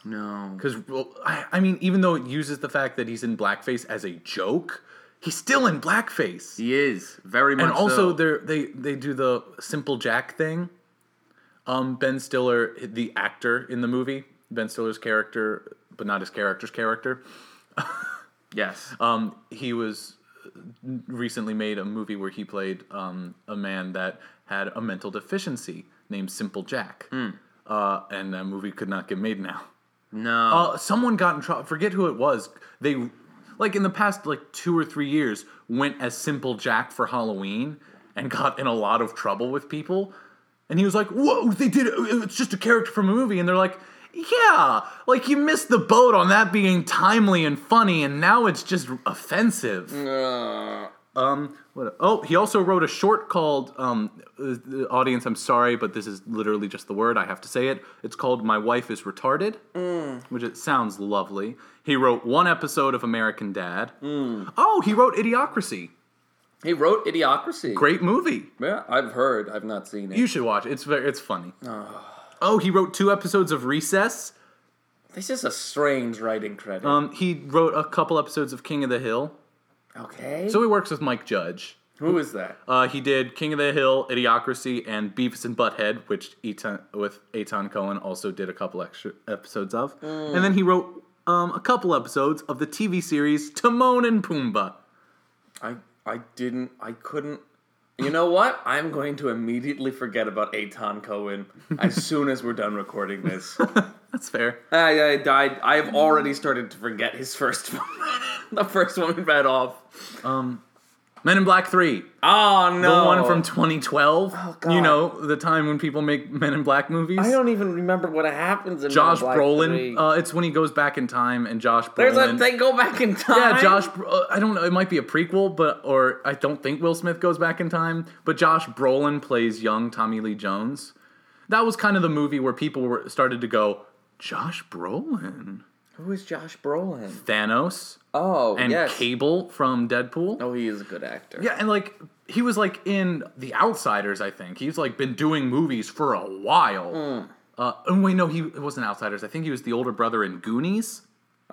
[SPEAKER 1] No.
[SPEAKER 2] because I, I mean, even though it uses the fact that he's in blackface as a joke, he's still in blackface.
[SPEAKER 1] He is very much.
[SPEAKER 2] and also,
[SPEAKER 1] so.
[SPEAKER 2] they're, they they do the simple Jack thing. Um, Ben Stiller, the actor in the movie, Ben Stiller's character, but not his character's character.
[SPEAKER 1] yes.
[SPEAKER 2] Um, he was recently made a movie where he played um, a man that had a mental deficiency named Simple Jack, uh, and that movie could not get made now.
[SPEAKER 1] No.
[SPEAKER 2] Uh, someone got in trouble. Forget who it was. They, like in the past, like two or three years, went as Simple Jack for Halloween and got in a lot of trouble with people. And he was like, "Whoa, they did it! It's just a character from a movie." And they're like, "Yeah, like you missed the boat on that being timely and funny, and now it's just offensive."
[SPEAKER 1] Uh,
[SPEAKER 2] Um, what, oh, he also wrote a short called um, uh, the "Audience, I'm sorry, but this is literally just the word I have to say it." It's called "My Wife Is Retarded," which it sounds lovely. He wrote one episode of American Dad. Oh, he wrote Idiocracy.
[SPEAKER 1] he wrote Idiocracy.
[SPEAKER 2] Great movie.
[SPEAKER 1] Yeah, I've heard. I've not seen it.
[SPEAKER 2] You should watch. it. It's very, it's funny. Oh, he wrote two episodes of Recess.
[SPEAKER 1] this is a strange writing credit.
[SPEAKER 2] Um, he wrote a couple episodes of King of the Hill.
[SPEAKER 1] okay.
[SPEAKER 2] So he works with Mike Judge.
[SPEAKER 1] who is that?
[SPEAKER 2] Uh, he did King of the Hill, Idiocracy, and Beavis and Butthead, which Eton, with Aton Cohen also did a couple extra episodes of.
[SPEAKER 1] Mm.
[SPEAKER 2] And then he wrote um, a couple episodes of the TV series Timon and Pumbaa.
[SPEAKER 1] I I didn't I couldn't you know what? I'm going to immediately forget about Aton Cohen as soon as we're done recording this.
[SPEAKER 2] That's fair.
[SPEAKER 1] I, I Ah, died. I have already started to forget his first one. the first one we read off.
[SPEAKER 2] Men in Black 3,
[SPEAKER 1] Oh
[SPEAKER 2] the
[SPEAKER 1] no!
[SPEAKER 2] one from 2012.
[SPEAKER 1] God.
[SPEAKER 2] You know, the time when people make Men in Black movies.
[SPEAKER 1] I don't even remember what happens in
[SPEAKER 2] Josh
[SPEAKER 1] Men in Black
[SPEAKER 2] Brolin.
[SPEAKER 1] three.
[SPEAKER 2] Uh, it's when he goes back in time and Josh Brolin.
[SPEAKER 1] There's a they go back in time.
[SPEAKER 2] Yeah, Josh. Bro- uh, I don't know. It might be a prequel, but or I don't think Will Smith goes back in time. But Josh Brolin plays young Tommy Lee Jones. That was kind of the movie where people were started to go, Josh Brolin,
[SPEAKER 1] Who is Josh Brolin?
[SPEAKER 2] Thanos,
[SPEAKER 1] Oh,
[SPEAKER 2] and
[SPEAKER 1] yes.
[SPEAKER 2] Cable from Deadpool.
[SPEAKER 1] Oh, he is a good actor.
[SPEAKER 2] Yeah, and like he was like in The Outsiders. I think he's like been doing movies for a while.
[SPEAKER 1] Hmm.
[SPEAKER 2] Uh, oh wait, no, he it wasn't Outsiders. I think he was the older brother in Goonies.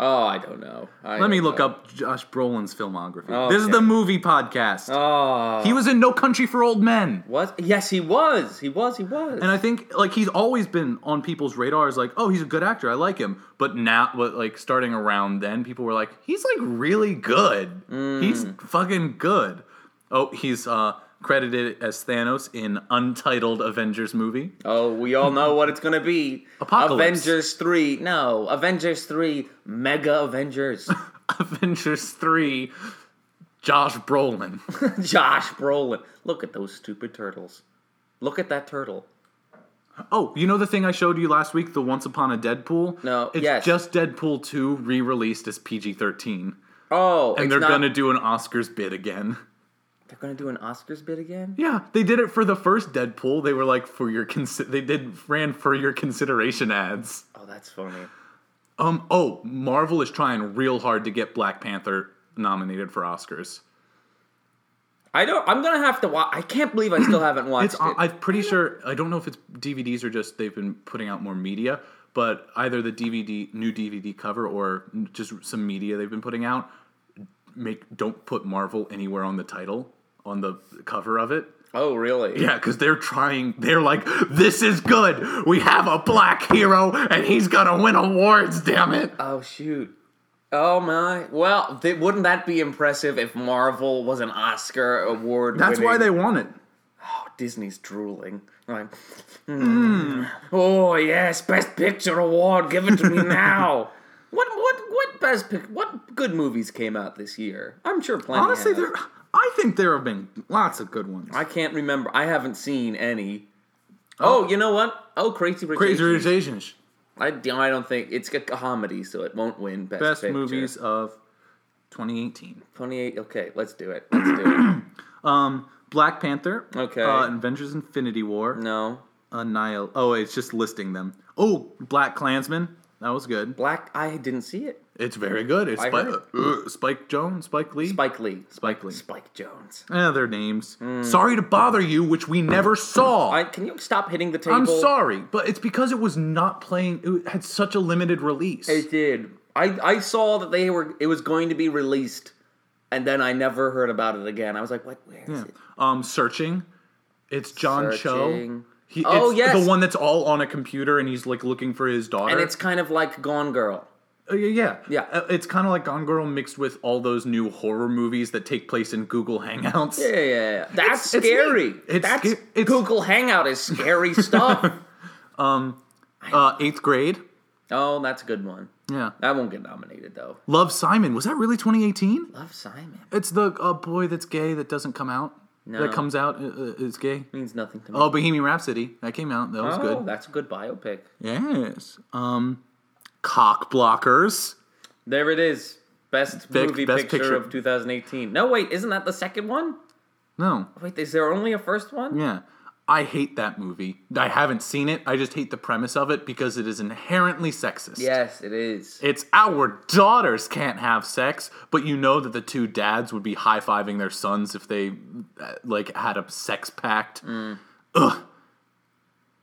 [SPEAKER 1] Oh, I don't know. I
[SPEAKER 2] Let
[SPEAKER 1] don't
[SPEAKER 2] me look
[SPEAKER 1] know.
[SPEAKER 2] up Josh Brolin's filmography. This
[SPEAKER 1] Oh,
[SPEAKER 2] is
[SPEAKER 1] Okay.
[SPEAKER 2] the movie podcast.
[SPEAKER 1] Oh,
[SPEAKER 2] He was in No Country for Old Men.
[SPEAKER 1] what? Yes, he was. He was. He was.
[SPEAKER 2] And I think like he's always been on people's radars like, "Oh, he's a good actor. I like him." But now what like starting around then people were like, "He's like really good.
[SPEAKER 1] Mm.
[SPEAKER 2] He's fucking good." Oh, he's uh credited as Thanos in untitled Avengers movie.
[SPEAKER 1] oh, we all know what it's gonna be.
[SPEAKER 2] Apocalypse.
[SPEAKER 1] Avengers three. No, Avengers three. Mega Avengers.
[SPEAKER 2] Avengers 3 Josh Brolin.
[SPEAKER 1] Josh Brolin. Look at those stupid turtles. Look at that turtle.
[SPEAKER 2] Oh, you know the thing I showed you last week, the Once Upon a Deadpool?
[SPEAKER 1] No,
[SPEAKER 2] it's
[SPEAKER 1] yes.
[SPEAKER 2] just Deadpool 2 re-released as PG-13.
[SPEAKER 1] Oh,
[SPEAKER 2] And they're gonna do an Oscars bid again.
[SPEAKER 1] they're gonna do an Oscars bid again.
[SPEAKER 2] Yeah, they did it for the first Deadpool. They were like for your consi- they did ran for your consideration ads.
[SPEAKER 1] Oh, that's funny.
[SPEAKER 2] Um oh, Marvel is trying real hard to get Black Panther nominated for Oscars.
[SPEAKER 1] I don't. I'm gonna have to watch. I can't believe I still haven't watched
[SPEAKER 2] It's on,
[SPEAKER 1] it.
[SPEAKER 2] I'm pretty sure I don't know if it's DVDs or just they've been putting out more media, but either the DVD new DVD cover or just some media they've been putting out make don't put Marvel anywhere on the title on the cover of it.
[SPEAKER 1] oh, really?
[SPEAKER 2] Yeah, because they're trying. They're like, this is good. We have a black hero, and he's gonna win awards. Damn it!
[SPEAKER 1] Oh shoot. Oh my. Well, th- wouldn't that be impressive if Marvel was an Oscar award?
[SPEAKER 2] That's why they
[SPEAKER 1] winning-
[SPEAKER 2] want it.
[SPEAKER 1] Oh, Disney's drooling. Like, mm. Oh yes, Best Picture award. Give it to me now. What what what best pic- what good movies came out this year? I'm sure plenty.
[SPEAKER 2] Honestly,
[SPEAKER 1] have.
[SPEAKER 2] there. I think there have been lots of good ones.
[SPEAKER 1] I can't remember. I haven't seen any. Oh, you know what? Oh, Crazy Rich.
[SPEAKER 2] Crazy
[SPEAKER 1] Asians.
[SPEAKER 2] Rich Asians.
[SPEAKER 1] I, I don't think it's a comedy, so it won't win best,
[SPEAKER 2] Best
[SPEAKER 1] Picture.
[SPEAKER 2] movies of 2018.
[SPEAKER 1] 28. Okay, let's do it. Let's do
[SPEAKER 2] Um, Black Panther.
[SPEAKER 1] Okay.
[SPEAKER 2] Uh, Avengers: Infinity War.
[SPEAKER 1] it. No.
[SPEAKER 2] Annihil. Oh, it's just listing them. Oh, Black Klansman. That was good.
[SPEAKER 1] Black. I didn't see it.
[SPEAKER 2] It's very good. It's
[SPEAKER 1] I
[SPEAKER 2] Spike,
[SPEAKER 1] heard.
[SPEAKER 2] uh, Spike Jones, Spike Lee.
[SPEAKER 1] Spike Lee.
[SPEAKER 2] Spike Lee.
[SPEAKER 1] Spike Jones.
[SPEAKER 2] Eh, their names. Sorry to bother you, which we never saw.
[SPEAKER 1] Hmm. I, can you stop hitting the table?
[SPEAKER 2] am sorry, but it's because it was not playing. It had such a limited release.
[SPEAKER 1] It did. I I saw that they were. It was going to be released, and then I never heard about it again. I was like, what? Where is
[SPEAKER 2] Yeah.
[SPEAKER 1] it?
[SPEAKER 2] Um, searching. It's John Cho.
[SPEAKER 1] Searching.
[SPEAKER 2] He,
[SPEAKER 1] Oh,
[SPEAKER 2] it's
[SPEAKER 1] yes.
[SPEAKER 2] the one that's all on a computer, and he's like looking for his daughter.
[SPEAKER 1] And it's kind of like Gone Girl.
[SPEAKER 2] Uh, yeah,
[SPEAKER 1] Yeah.
[SPEAKER 2] Uh, it's kind of like Gone Girl mixed with all those new horror movies that take place in Google Hangouts.
[SPEAKER 1] Yeah, yeah, yeah. That's
[SPEAKER 2] It's- it's
[SPEAKER 1] scary.
[SPEAKER 2] neat. It's
[SPEAKER 1] That's
[SPEAKER 2] sca- it's-
[SPEAKER 1] Google Hangout is scary stuff.
[SPEAKER 2] Uh, eighth grade.
[SPEAKER 1] oh, that's a good one.
[SPEAKER 2] Yeah.
[SPEAKER 1] That won't get nominated though.
[SPEAKER 2] Love Simon. Was that really 2018?
[SPEAKER 1] Love Simon
[SPEAKER 2] It's the uh, boy that's gay that doesn't come out.
[SPEAKER 1] No.
[SPEAKER 2] That comes out uh, uh, is gay.
[SPEAKER 1] means nothing to me.
[SPEAKER 2] Oh, Bohemian Rhapsody. That came out. That was
[SPEAKER 1] Oh,
[SPEAKER 2] good.
[SPEAKER 1] That's a good biopic.
[SPEAKER 2] Yes. Um, cock blockers.
[SPEAKER 1] There it is. Best
[SPEAKER 2] Big-
[SPEAKER 1] movie
[SPEAKER 2] best
[SPEAKER 1] picture,
[SPEAKER 2] picture.
[SPEAKER 1] of 2018. No, wait, isn't that the second one? Oh,
[SPEAKER 2] No.
[SPEAKER 1] Wait, is there only a first one?
[SPEAKER 2] Yeah. I hate that movie. I haven't seen it. I just hate the premise of it because it is inherently sexist.
[SPEAKER 1] Yes, it is.
[SPEAKER 2] It's our daughters can't have sex, but you know that the two dads would be high fiving their sons if they uh, like had a sex pact.
[SPEAKER 1] Mm.
[SPEAKER 2] Ugh.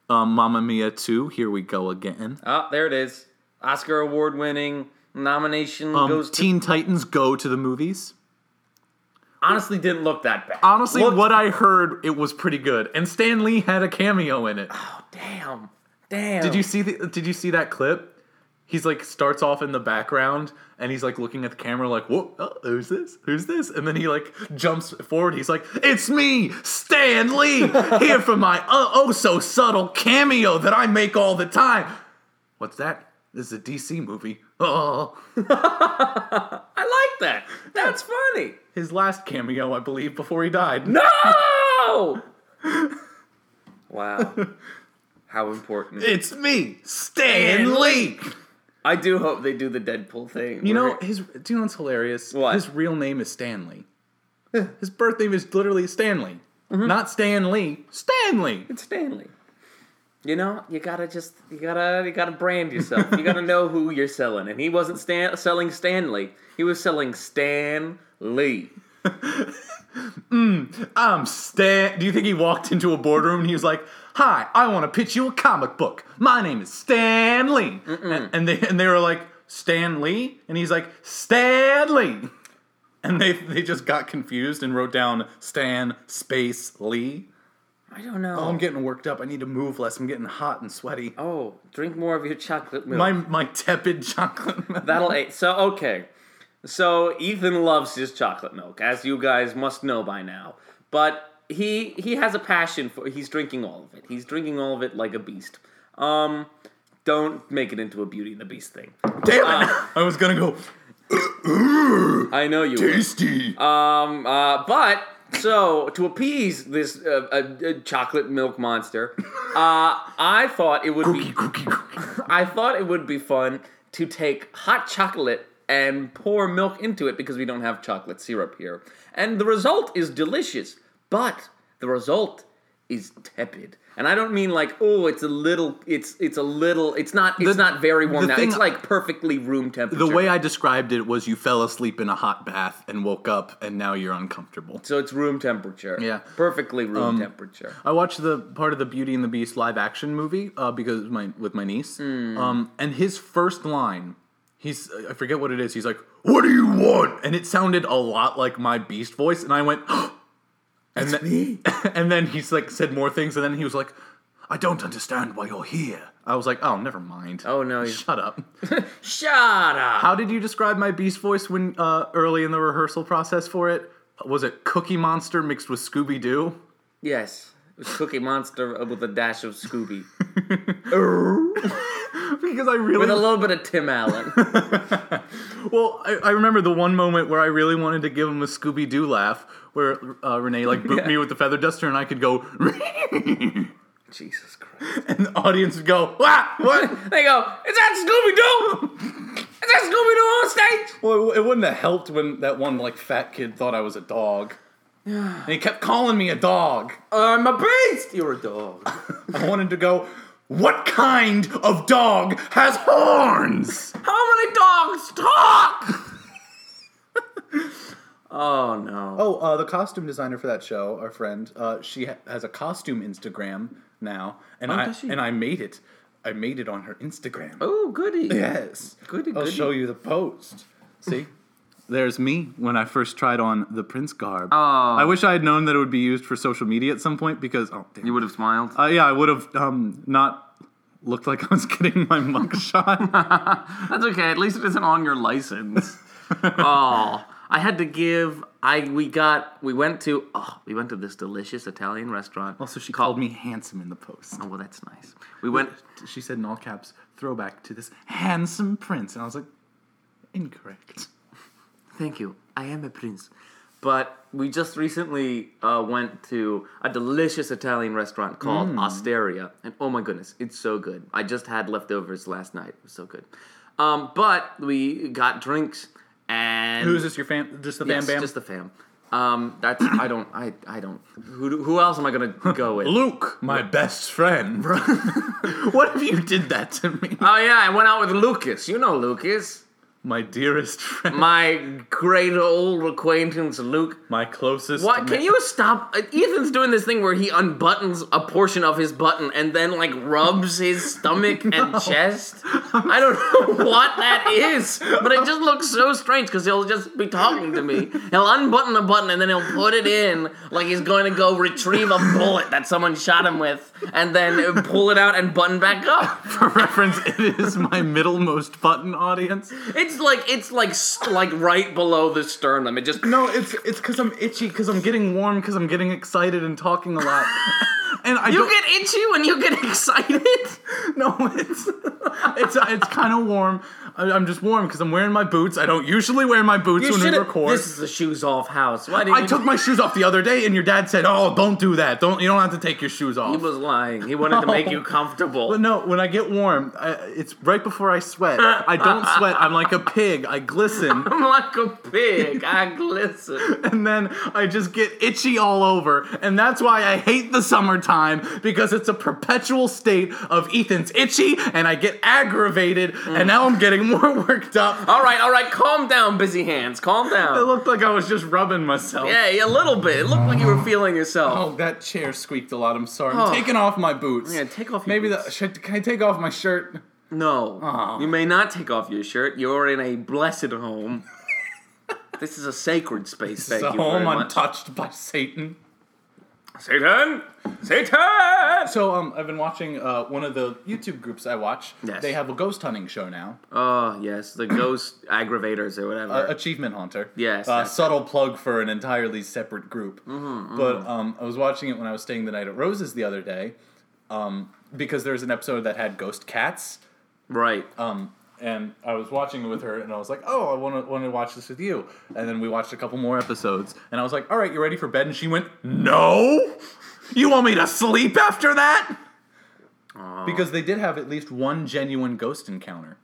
[SPEAKER 2] Um, Mamma Mia 2, here we go again.
[SPEAKER 1] Ah, there it is. Oscar award winning nomination
[SPEAKER 2] Um,
[SPEAKER 1] goes to.
[SPEAKER 2] Teen Titans go to the movies.
[SPEAKER 1] honestly, didn't look that bad.
[SPEAKER 2] Honestly,
[SPEAKER 1] Looked-
[SPEAKER 2] what I heard, it was pretty good, and Stan Lee had a cameo in it.
[SPEAKER 1] Damn. Damn.
[SPEAKER 2] Did you see the, Did you see that clip? He's like starts off in the background and he's like looking at the camera like, "Whoa, oh, who's this? Who's this?" And then he like jumps forward. He's like, "It's me, Stan Lee, here for my uh, oh so subtle cameo that I make all the time." What's that? This is a DC movie. Oh,
[SPEAKER 1] I like that. That's funny.
[SPEAKER 2] his last cameo, I believe, before he died.
[SPEAKER 1] No! wow. How important.
[SPEAKER 2] It's me, Stan Lee.
[SPEAKER 1] I do hope they do the Deadpool thing.
[SPEAKER 2] You know
[SPEAKER 1] where-
[SPEAKER 2] his. Do you know what's hilarious?
[SPEAKER 1] What?
[SPEAKER 2] His real name is Stanley. his birth name is literally Stanley, not Stan Lee. Stanley.
[SPEAKER 1] It's Stanley. You know, you gotta just you gotta you gotta brand yourself. you gotta know who you're selling. And he wasn't Stan- selling Stanley. He was selling Stan Lee.
[SPEAKER 2] I'm Stan. Do you think he walked into a boardroom and he was like, "Hi, I want to pitch you a comic book. My name is Stan Lee," and, and they and they were like, "Stan Lee," and he's like, "Stanley." And they, they just got confused and wrote down Stan space Lee.
[SPEAKER 1] I don't know.
[SPEAKER 2] Oh, I'm getting worked up. I need to move less. I'm getting hot and sweaty.
[SPEAKER 1] oh, drink more of your chocolate milk.
[SPEAKER 2] My my tepid chocolate. milk.
[SPEAKER 1] That'll a So okay, so Ethan loves his chocolate milk, as you guys must know by now. But he he has a passion for. He's drinking all of it. He's drinking all of it like a beast. Um, don't make it into a Beauty and the Beast thing.
[SPEAKER 2] Damn it! I was gonna go uh,
[SPEAKER 1] I know you. will.
[SPEAKER 2] tasty.
[SPEAKER 1] Um, uh, but so to appease this uh, uh, uh, chocolate milk monster, uh, I thought it would be
[SPEAKER 2] cookie, cookie.
[SPEAKER 1] I thought it would be fun to take hot chocolate and pour milk into it because we don't have chocolate syrup here. And the result is delicious, but the result is tepid. And I don't mean like, oh, it's a little, it's it's a little, it's not, it's
[SPEAKER 2] The-
[SPEAKER 1] not very warm
[SPEAKER 2] the
[SPEAKER 1] now.
[SPEAKER 2] thing-
[SPEAKER 1] it's like perfectly room temperature.
[SPEAKER 2] The way I described it was you fell asleep in a hot bath and woke up and now you're uncomfortable.
[SPEAKER 1] so it's room temperature.
[SPEAKER 2] Yeah. Um,
[SPEAKER 1] perfectly room temperature.
[SPEAKER 2] I watched the part of the Beauty and the Beast live action movie uh, because my with my niece.
[SPEAKER 1] Hmm.
[SPEAKER 2] Um, and his first line, he's I forget what it is. He's like, "What do you want?" And it sounded a lot like my Beast voice, and I went, and then, and then he's like said more things, and then he was like, "I don't understand why you're here." I was like, "Oh, never mind."
[SPEAKER 1] Oh, no, he's-
[SPEAKER 2] shut up.
[SPEAKER 1] Shut up.
[SPEAKER 2] How did you describe my Beast voice when uh, early in the rehearsal process for it? Was it Cookie Monster mixed with Scooby Doo?
[SPEAKER 1] Yes, it was Cookie Monster with a dash of Scooby,
[SPEAKER 2] because I really
[SPEAKER 1] with a little bit of Tim Allen.
[SPEAKER 2] Well, I, I remember the one moment where I really wanted to give him a Scooby Doo laugh, where uh, Renee like booped me with the feather duster, and I could go,
[SPEAKER 1] Jesus Christ.
[SPEAKER 2] and the audience would go, "What? What?"
[SPEAKER 1] They go, is that Scooby Doo? Is that Scooby Doo on stage?
[SPEAKER 2] well, it wouldn't have helped when that one like fat kid thought I was a dog, and he kept calling me a dog.
[SPEAKER 1] I'm a beast. You're a dog.
[SPEAKER 2] I wanted to go. What kind of dog has horns?
[SPEAKER 1] How many dogs talk? oh no.
[SPEAKER 2] Oh, uh, the costume designer for that show, our friend, uh, she ha- has a costume Instagram now, and I
[SPEAKER 1] Oh, does she?
[SPEAKER 2] and I made it. I made it on her Instagram.
[SPEAKER 1] Oh, goody.
[SPEAKER 2] Yes.
[SPEAKER 1] Goody,
[SPEAKER 2] I'll
[SPEAKER 1] goody.
[SPEAKER 2] show you the post. See? There's me when I first tried on the prince garb. Oh.
[SPEAKER 1] Ah,
[SPEAKER 2] I wish I had known that it would be used for social media at some point because oh damn.
[SPEAKER 1] would have smiled.
[SPEAKER 2] Uh, yeah, I would have um, not looked like I was getting my mug shot.
[SPEAKER 1] That's okay. At least it isn't on your license. oh, I had to give. I we got we went to oh we went to this delicious Italian restaurant.
[SPEAKER 2] Also, she called me handsome in the post.
[SPEAKER 1] Oh well, that's nice. We went.
[SPEAKER 2] She said in all caps, throwback to this handsome prince. And I was like, incorrect.
[SPEAKER 1] Thank you. I am a prince. But we just recently uh, went to a delicious Italian restaurant called Osteria, and oh my goodness, it's so good. I just had leftovers last night. It was so good. Um, but we got drinks and
[SPEAKER 2] Who's this? Your fan? Just the
[SPEAKER 1] Yes,
[SPEAKER 2] Bam Bam?
[SPEAKER 1] just the fam. Um, that's I don't I I don't who do- who else am I gonna go with?
[SPEAKER 3] Luke, my best friend.
[SPEAKER 2] what if you did that to me?
[SPEAKER 1] Oh yeah, I went out with Lucas. You know Lucas,
[SPEAKER 2] My dearest friend.
[SPEAKER 1] my great old acquaintance Luke.
[SPEAKER 2] My closest.
[SPEAKER 1] What?
[SPEAKER 2] man.
[SPEAKER 1] Can you stop? uh, Ethan's doing this thing where he unbuttons a portion of his button and then like rubs his stomach and chest. I don't know what that is, but it just looks so strange because he'll just be talking to me. He'll unbutton a button and then he'll put it in like he's going to go retrieve a bullet that someone shot him with, and then pull it out and button back up.
[SPEAKER 2] For reference, it is my middlemost button audience.
[SPEAKER 1] It's like it's like s- like right below the sternum. It just
[SPEAKER 2] No, it's it's because I'm itchy, because I'm getting warm, because I'm getting excited and talking a lot. And I
[SPEAKER 1] you
[SPEAKER 2] don't
[SPEAKER 1] get itchy when you get excited.
[SPEAKER 2] no, it's it's it's kind of warm. I- I'm just warm because I'm wearing my boots. I don't usually wear my boots when we
[SPEAKER 1] should've-
[SPEAKER 2] record.
[SPEAKER 1] This is the shoes off house. Why did
[SPEAKER 2] I took my shoes off the other day, and your dad said, "Oh, don't do that. Don't you don't have to take your shoes
[SPEAKER 1] He
[SPEAKER 2] off."
[SPEAKER 1] was lying. He wanted to make you comfortable.
[SPEAKER 2] But no, when I get warm, I, it's right before I sweat. I don't sweat. I'm like a pig. I glisten,
[SPEAKER 1] I'm like a pig. I glisten.
[SPEAKER 2] and then I just get itchy all over. And that's why I hate the summertime because it's a perpetual state of Ethan's itchy, and I get aggravated,
[SPEAKER 1] Mm.
[SPEAKER 2] and now I'm getting more worked up.
[SPEAKER 1] All right, all right. Calm down, busy hands. Calm
[SPEAKER 2] It
[SPEAKER 1] down.
[SPEAKER 2] looked like I was just rubbing myself.
[SPEAKER 1] Yeah, yeah, a little bit. It looked like you were feeling yourself.
[SPEAKER 2] Oh, that chair squeaked a lot. I'm sorry.
[SPEAKER 1] Oh.
[SPEAKER 2] I'm taking off my boots.
[SPEAKER 1] Yeah, take off your
[SPEAKER 2] Maybe
[SPEAKER 1] boots.
[SPEAKER 2] the should, can I take off my shirt?
[SPEAKER 1] No.
[SPEAKER 2] Oh.
[SPEAKER 1] You may not take off your shirt. You're in a blessed home. this is a sacred space. Thank
[SPEAKER 2] It's a
[SPEAKER 1] you very
[SPEAKER 2] home
[SPEAKER 1] much.
[SPEAKER 2] untouched by Satan.
[SPEAKER 1] Satan! Satan!
[SPEAKER 2] So um, I've been watching uh, one of the YouTube groups I watch.
[SPEAKER 1] Yes.
[SPEAKER 2] They have a ghost hunting show now.
[SPEAKER 1] Oh, yes. The ghost aggravators or whatever.
[SPEAKER 2] Uh, Achievement Hunter.
[SPEAKER 1] Yes,
[SPEAKER 2] Uh,
[SPEAKER 1] that's Mm-hmm, it.
[SPEAKER 2] subtle plug for an entirely separate group. But um, I was watching it when I was staying the night at Rose's the other day, um, because there was an episode that had ghost cats.
[SPEAKER 1] right.
[SPEAKER 2] Um, and I was watching it with her, and I was like, "Oh, I want to want to watch this with you." And then we watched a couple more episodes, and I was like, "All right, you ready for bed?" And she went, "No, you want me to sleep after that?" Because they did have at least one genuine ghost encounter,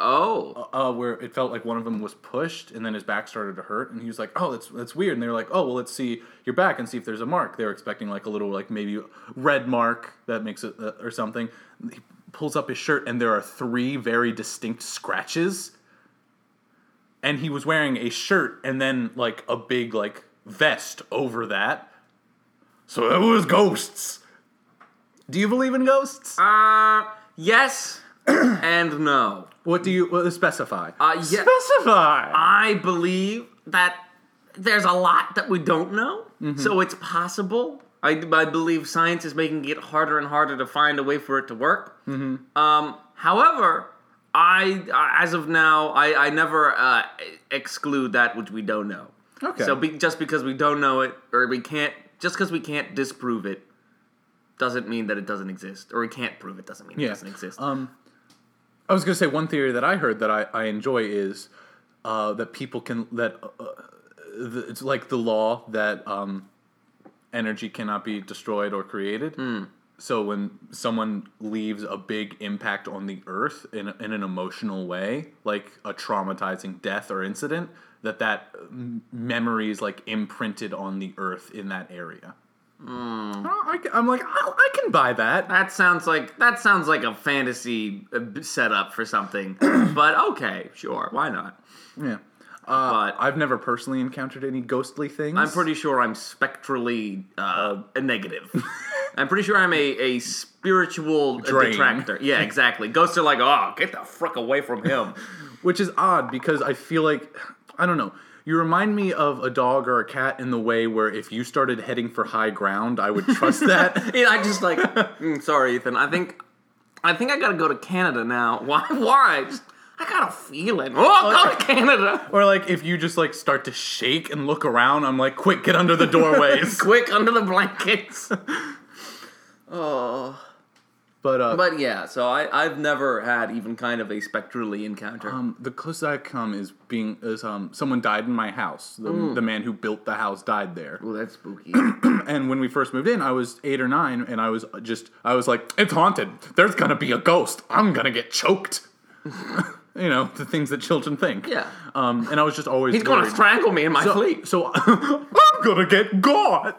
[SPEAKER 1] oh.
[SPEAKER 2] uh, where it felt like one of them was pushed, and then his back started to hurt, and he was like, "Oh, that's that's weird." And they were like, "Oh, well, let's see your back and see if there's a mark." They were expecting like a little like maybe red mark that makes it uh, or something. He pulls up his shirt, and there are three very distinct scratches and he was wearing a shirt and then like a big like vest over that. So it was ghosts. Do you believe in ghosts?
[SPEAKER 1] Uh, yes and no.
[SPEAKER 2] What do you well, specify?
[SPEAKER 1] Uh, yeah.
[SPEAKER 2] Specify.
[SPEAKER 1] I believe that there's a lot that we don't know,
[SPEAKER 2] Mm-hmm.
[SPEAKER 1] so it's possible. I, I believe science is making it harder and harder to find a way for it to work.
[SPEAKER 2] Mm-hmm.
[SPEAKER 1] Um, however, I uh, as of now, I, I never uh, exclude that which we don't know.
[SPEAKER 2] Okay.
[SPEAKER 1] So be, just because we don't know it, or we can't, just because we can't disprove it, doesn't mean that it doesn't exist, or we can't prove it doesn't mean it
[SPEAKER 2] Yeah.
[SPEAKER 1] doesn't exist.
[SPEAKER 2] Um, I was gonna say one theory that I heard that I, I enjoy is uh, that people can that uh, uh, the, it's like the law that um, energy cannot be destroyed or created. So when someone leaves a big impact on the earth in in an emotional way, like a traumatizing death or incident, that that mm, memory is like imprinted on the earth in that area. I, am like I, I can buy that.
[SPEAKER 1] That sounds like that sounds like a fantasy uh, setup for something. but okay, sure, why not?
[SPEAKER 2] Yeah. Uh,
[SPEAKER 1] but
[SPEAKER 2] I've never personally encountered any ghostly things.
[SPEAKER 1] I'm pretty sure I'm spectrally uh, a negative. I'm pretty sure I'm a, a spiritual uh,
[SPEAKER 2] Drain.
[SPEAKER 1] detractor. Yeah, exactly. Ghosts are like, oh, get the frick away from him.
[SPEAKER 2] which is odd because I feel like I don't know. You remind me of a dog or a cat in the way where if you started heading for high ground, I would trust that.
[SPEAKER 1] Yeah, I just like, mm, sorry, Ethan. I think I think I gotta go to Canada now. Why? Why? Just, I got a feeling. Oh, go to Canada.
[SPEAKER 2] Or like if you just like start to shake and look around, I'm like, quick, get under the doorways.
[SPEAKER 1] Quick under the blankets. oh.
[SPEAKER 2] but uh,
[SPEAKER 1] But yeah, so I, I've never had even kind of a spectrally encounter.
[SPEAKER 2] um, the closest I've come is being is um someone died in my house. The,
[SPEAKER 1] Hmm.
[SPEAKER 2] the man who built the house died there.
[SPEAKER 1] Ooh, that's spooky.
[SPEAKER 2] And when we first moved in, I was eight or nine, and I was just I was like, it's haunted. There's gonna be a ghost. I'm gonna get choked. you know the things that children think.
[SPEAKER 1] Yeah.
[SPEAKER 2] Um, and I was just always
[SPEAKER 1] He's gonna
[SPEAKER 2] worried.
[SPEAKER 1] strangle me in my
[SPEAKER 2] so,
[SPEAKER 1] sleep.
[SPEAKER 2] so I'm gonna get got.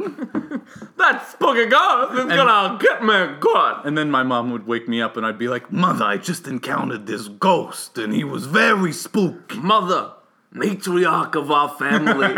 [SPEAKER 1] That spooky ghost is gonna get me good.
[SPEAKER 2] And then my mom would wake me up and I'd be like, Mother, I just encountered this ghost and he was very spooky.
[SPEAKER 1] Mother, matriarch of our family,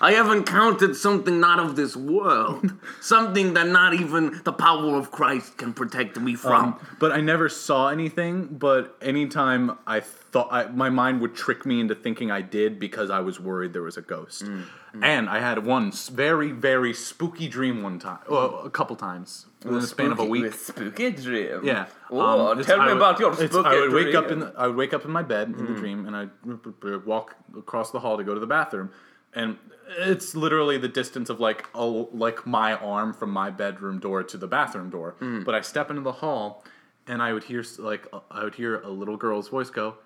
[SPEAKER 1] I have encountered something not of this world. Something that not even the power of Christ can protect me from.
[SPEAKER 2] Um, But I never saw anything, but anytime I thought, I, my mind would trick me into thinking I did because I was worried there was a ghost.
[SPEAKER 1] Mm,
[SPEAKER 2] And I had one s- very, very spooky dream one time, well, a couple times in the span of a week.
[SPEAKER 1] Spooky dream.
[SPEAKER 2] Yeah.
[SPEAKER 1] Oh,
[SPEAKER 2] Um, it's-
[SPEAKER 1] tell
[SPEAKER 2] I
[SPEAKER 1] me
[SPEAKER 2] would-
[SPEAKER 1] about your
[SPEAKER 2] it's-
[SPEAKER 1] spooky
[SPEAKER 2] I would wake
[SPEAKER 1] dream. Mm-hmm.
[SPEAKER 2] up in the, I would wake up in my bed in the dream, and I'd r- r- r- walk across the hall to go to the bathroom, and it's literally the distance of like a, like my arm from my bedroom door to the bathroom door.
[SPEAKER 1] Mm.
[SPEAKER 2] But I step into the hall, and I would hear s- like a- I would hear a little girl's voice go,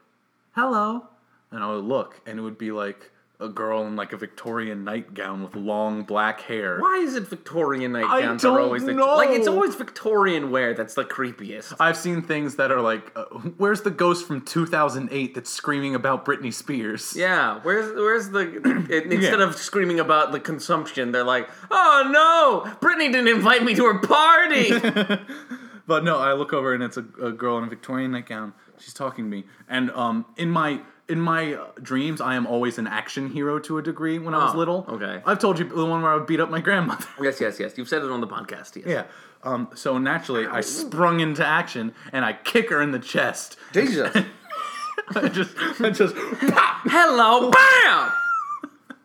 [SPEAKER 2] "Hello," and I would look, and it would be like a girl in like a Victorian nightgown with long black hair.
[SPEAKER 1] Why is it Victorian nightgowns
[SPEAKER 2] don't
[SPEAKER 1] are always the
[SPEAKER 2] know.
[SPEAKER 1] like it's always Victorian wear that's the creepiest.
[SPEAKER 2] I've seen things that are like, uh, where's the ghost from 2008 that's screaming about Britney Spears?
[SPEAKER 1] Yeah, where's where's the it, instead
[SPEAKER 2] Yeah.
[SPEAKER 1] of screaming about the consumption, they're like, oh no, Brittany didn't invite me to her party.
[SPEAKER 2] But no, I look over and it's a, a girl in a Victorian nightgown. She's talking to me, and um, in my in my uh, dreams, I am always an action hero to a degree. When I was
[SPEAKER 1] Oh,
[SPEAKER 2] little,
[SPEAKER 1] okay.
[SPEAKER 2] I've told you the one where I beat up my grandmother.
[SPEAKER 1] yes, yes, yes. You've said it on the podcast. Yes.
[SPEAKER 2] yeah. Um, so naturally, I sprung into action and I kick her in the chest.
[SPEAKER 1] Jesus.
[SPEAKER 2] I just, I just,
[SPEAKER 1] Hello, bam!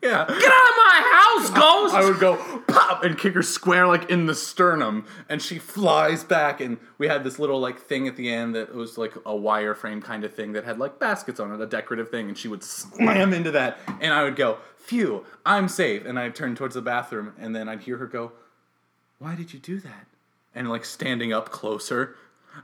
[SPEAKER 2] yeah.
[SPEAKER 1] Get out of my house, ghost!
[SPEAKER 2] I would go pop and kick her square like in the sternum, and she flies back. And we had this little like thing at the end that was like a wireframe kind of thing that had like baskets on it, a decorative thing, and she would slam into that, and I would go, "Phew, I'm safe." And I'd turn towards the bathroom, and then I'd hear her go, "Why did you do that?" And like standing up closer.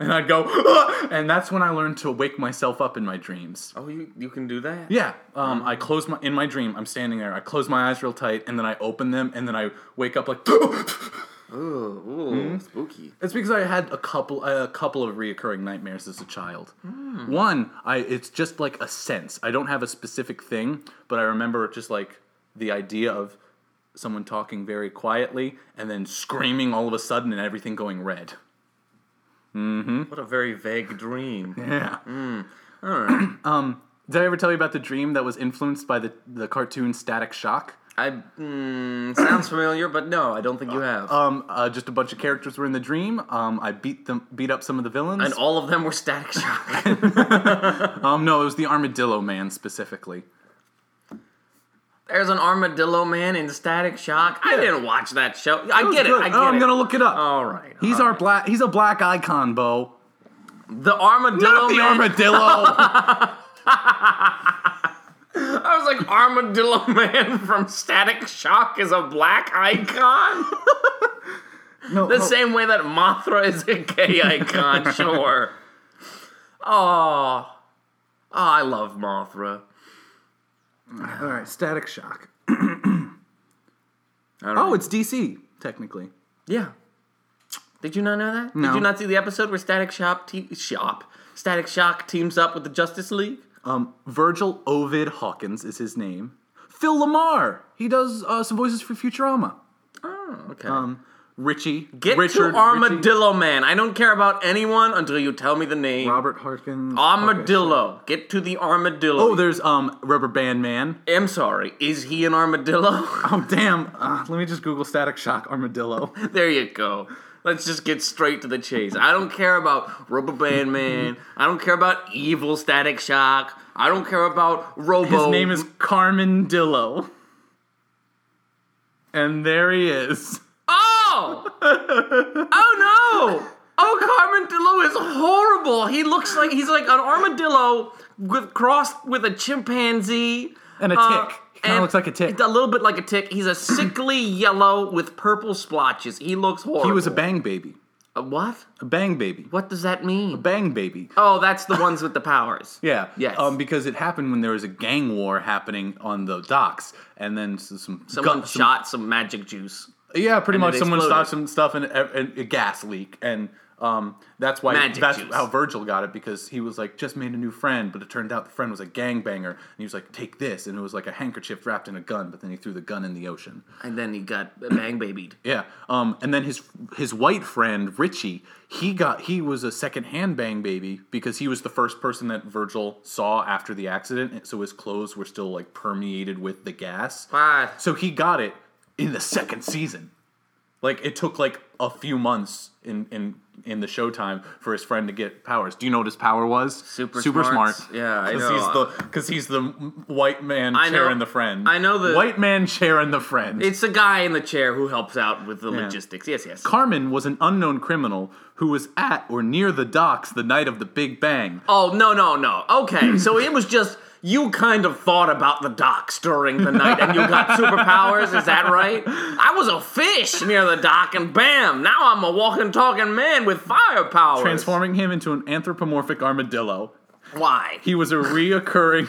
[SPEAKER 2] And I'd go, "Ah!" and that's when I learned to wake myself up in my dreams.
[SPEAKER 1] oh, you you can do that?
[SPEAKER 2] Yeah. Um, I close my in my dream. I'm standing there. I close my eyes real tight, and then I open them, and then I wake up like.
[SPEAKER 1] Ooh, ooh
[SPEAKER 2] Mm-hmm.
[SPEAKER 1] spooky.
[SPEAKER 2] it's because I had a couple a couple of reoccurring nightmares as a child. One, I it's just like a sense. I don't have a specific thing, but I remember just like the idea of someone talking very quietly and then screaming all of a sudden and everything going red.
[SPEAKER 1] What a very vague dream.
[SPEAKER 2] Yeah. um, did I ever tell you about the dream that was influenced by the the cartoon Static Shock?
[SPEAKER 1] I mm, sounds familiar, but no, I don't think you have.
[SPEAKER 2] Um, uh, just a bunch of characters were in the dream. Um, I beat them, beat up some of the villains.
[SPEAKER 1] and all of them were static shock.
[SPEAKER 2] um, no, it was the armadillo man specifically.
[SPEAKER 1] There's an armadillo man in static shock. I didn't watch that show. I
[SPEAKER 2] was
[SPEAKER 1] get it.
[SPEAKER 2] good.
[SPEAKER 1] I get
[SPEAKER 2] oh,
[SPEAKER 1] it.
[SPEAKER 2] I'm
[SPEAKER 1] Um,
[SPEAKER 2] gonna look it up.
[SPEAKER 1] All right.
[SPEAKER 2] he's our black. He's a black icon, Bo.
[SPEAKER 1] The armadillo
[SPEAKER 2] Not the
[SPEAKER 1] man.
[SPEAKER 2] armadillo.
[SPEAKER 1] I was like, armadillo man from Static Shock is a black icon.
[SPEAKER 2] no, oh,
[SPEAKER 1] the
[SPEAKER 2] no.
[SPEAKER 1] same way that Mothra is a gay icon. Sure. Oh, oh, I love Mothra.
[SPEAKER 2] All right, Static Shock.
[SPEAKER 1] I don't
[SPEAKER 2] Oh,
[SPEAKER 1] know.
[SPEAKER 2] it's DC technically.
[SPEAKER 1] yeah. Did you not know that?
[SPEAKER 2] No.
[SPEAKER 1] Did you not see the episode where Static Shock te- Shop Static Shock teams up with the Justice League?
[SPEAKER 2] Um, Virgil Ovid Hawkins is his name. Phil Lamar. He does uh, some voices for Futurama.
[SPEAKER 1] Oh, okay.
[SPEAKER 2] Um, Richie.
[SPEAKER 1] Get
[SPEAKER 2] Richard
[SPEAKER 1] to Armadillo Man. I don't care about anyone until you tell me the name.
[SPEAKER 2] Richie- Robert Harkins.
[SPEAKER 1] Armadillo. Get to the armadillo.
[SPEAKER 2] Oh, there's um Rubber Band Man.
[SPEAKER 1] I'm sorry. Is he an armadillo?
[SPEAKER 2] Oh damn! Uh, let me just Google Static Shock Armadillo.
[SPEAKER 1] there you go. Let's just get straight to the chase. I don't care about Rubber Band Man. I don't care about Evil Static Shock. I don't care about Robo.
[SPEAKER 2] His name is Carmen Dillo, and there he is.
[SPEAKER 1] Oh! oh no! Oh, Carmen DeLu is horrible. He looks like he's like an armadillo with crossed with a chimpanzee
[SPEAKER 2] And a
[SPEAKER 1] Uh,
[SPEAKER 2] tick. He kind
[SPEAKER 1] and
[SPEAKER 2] of looks like a tick.
[SPEAKER 1] A little bit like a tick. He's a sickly yellow with purple splotches. He looks horrible.
[SPEAKER 2] He was a bang baby.
[SPEAKER 1] A what?
[SPEAKER 2] A bang baby.
[SPEAKER 1] What does that mean?
[SPEAKER 2] Bang baby.
[SPEAKER 1] Oh, that's the ones with the powers.
[SPEAKER 2] Yeah.
[SPEAKER 1] Yes.
[SPEAKER 2] Um, because it happened when there was a gang war happening on the docks, and then s- some
[SPEAKER 1] Someone
[SPEAKER 2] gun- some-
[SPEAKER 1] shot some magic juice.
[SPEAKER 2] yeah, pretty much.
[SPEAKER 1] it
[SPEAKER 2] Someone
[SPEAKER 1] exploded.
[SPEAKER 2] shot some stuff in a, in a gas leak, and um, that's why
[SPEAKER 1] Magic
[SPEAKER 2] that's
[SPEAKER 1] juice.
[SPEAKER 2] how Virgil got it because he was like just made a new friend, but it turned out the friend was a gangbanger, and he was like take this, and it was like a handkerchief wrapped in a gun, but then he threw the gun in the ocean.
[SPEAKER 1] And then he got bang babied.
[SPEAKER 2] Yeah. Um, and then his his white friend Richie, he got he was a second hand bang baby because he was the first person that Virgil saw after the accident, and so his clothes were still like permeated with the gas.
[SPEAKER 1] Ah.
[SPEAKER 2] So he got it in the second season. Like it took like a few months in in in the showtime for his friend to get powers. Do you know what his power was?
[SPEAKER 1] Super
[SPEAKER 2] super
[SPEAKER 1] smarts.
[SPEAKER 2] smart.
[SPEAKER 1] Yeah, I
[SPEAKER 2] because
[SPEAKER 1] know.
[SPEAKER 2] he's the because he's the white man
[SPEAKER 1] I know-
[SPEAKER 2] sharing the friend.
[SPEAKER 1] I know the-
[SPEAKER 2] white man sharing the friend.
[SPEAKER 1] It's the guy in the chair who helps out with the logistics. Yes, yes.
[SPEAKER 2] Carmen was an unknown criminal who was at or near the docks the night of the Big Bang.
[SPEAKER 1] Oh, no, no, no. Okay, so it was just you kind of thought about the docks during the night and you got superpowers, is that right? I was a fish near the dock and bam, now I'm a walking, talking man with firepower.
[SPEAKER 2] Transforming him into an anthropomorphic armadillo.
[SPEAKER 1] Why?
[SPEAKER 2] He was a reoccurring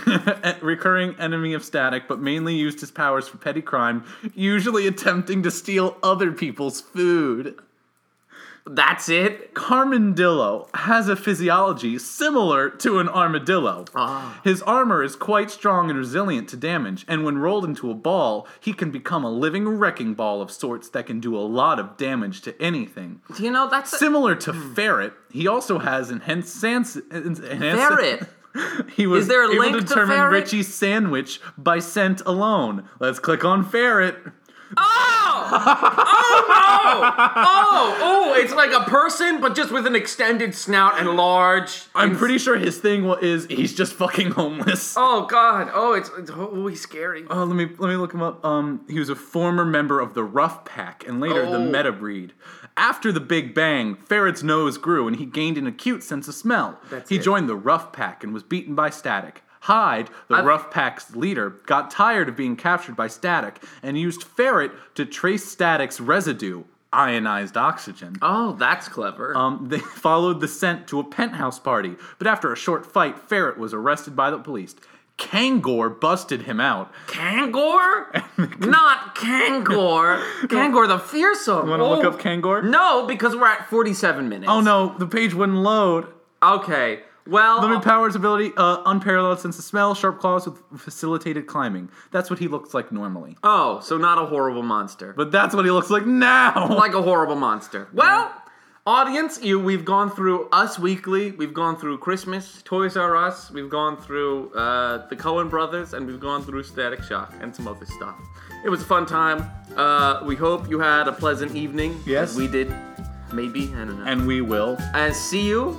[SPEAKER 2] recurring enemy of static, but mainly used his powers for petty crime, usually attempting to steal other people's food.
[SPEAKER 1] That's it?
[SPEAKER 2] Carmandillo has a physiology similar to an armadillo. His armor is quite strong and resilient to damage, and when rolled into a ball, he can become a living wrecking ball of sorts that can do a lot of damage to anything.
[SPEAKER 1] Do You know, that's. A-
[SPEAKER 2] Similar to Ferret, he also has enhanced sans. enhanced-
[SPEAKER 1] Ferret.
[SPEAKER 2] He was
[SPEAKER 1] Is there a
[SPEAKER 2] able
[SPEAKER 1] link
[SPEAKER 2] to
[SPEAKER 1] to
[SPEAKER 2] determine
[SPEAKER 1] Ferret?
[SPEAKER 2] Richie's sandwich by scent alone. Let's click on Ferret.
[SPEAKER 1] Oh! Oh no! Oh! Oh! It's like a person, but just with an extended snout and large.
[SPEAKER 2] I'm pretty sure his thing wa- is he's just fucking homeless.
[SPEAKER 1] Oh god! Oh, it's it's oh, he's scary.
[SPEAKER 2] Oh, let me let me look him up. Um, he was a former member of the Rough Pack and later the
[SPEAKER 1] Oh.
[SPEAKER 2] Meta Breed. After the Big Bang, Ferret's nose grew and he gained an acute sense of smell.
[SPEAKER 1] That's
[SPEAKER 2] he
[SPEAKER 1] it.
[SPEAKER 2] joined the Rough Pack and was beaten by Static. Hyde, the
[SPEAKER 1] I've-
[SPEAKER 2] Rough Pack's leader, got tired of being captured by Static and used Ferret to trace Static's residue, ionized oxygen.
[SPEAKER 1] Oh, that's clever.
[SPEAKER 2] Um, they followed the scent to a penthouse party, but after a short fight, Ferret was arrested by the police. Kangor busted him out,
[SPEAKER 1] Kangor? Not Kangor. Kangor the fearsome. Oh.
[SPEAKER 2] You want to look up Kangor?
[SPEAKER 1] No, because we're at 47 minutes.
[SPEAKER 2] Oh no, the page wouldn't load.
[SPEAKER 1] Okay. Well,
[SPEAKER 2] Limit powers ability, uh, unparalleled sense of smell, sharp claws with facilitated climbing. That's what he looks like normally.
[SPEAKER 1] oh, so not a horrible monster.
[SPEAKER 2] But that's what he looks like now.
[SPEAKER 1] like a horrible monster. Well, audience, you we've gone through Us Weekly, we've gone through Christmas, Toys R Us, we've gone through uh, the Cohen Brothers, and we've gone through Static Shock and some other stuff. It was a fun time. Uh, we hope you had a pleasant evening.
[SPEAKER 2] Yes.
[SPEAKER 1] as we did. Maybe I don't know. And,
[SPEAKER 2] and we will
[SPEAKER 1] see you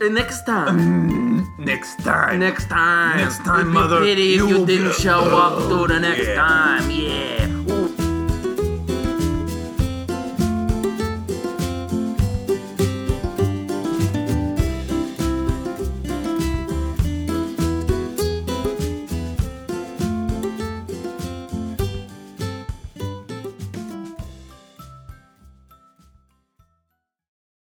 [SPEAKER 1] uh, next time.
[SPEAKER 2] next time.
[SPEAKER 1] next time.
[SPEAKER 2] Mm. Next time,
[SPEAKER 1] It'd be
[SPEAKER 2] mother,
[SPEAKER 1] Pity if
[SPEAKER 2] you
[SPEAKER 1] you
[SPEAKER 2] will be-
[SPEAKER 1] didn't show up to the next
[SPEAKER 2] Yeah.
[SPEAKER 1] time. Yeah.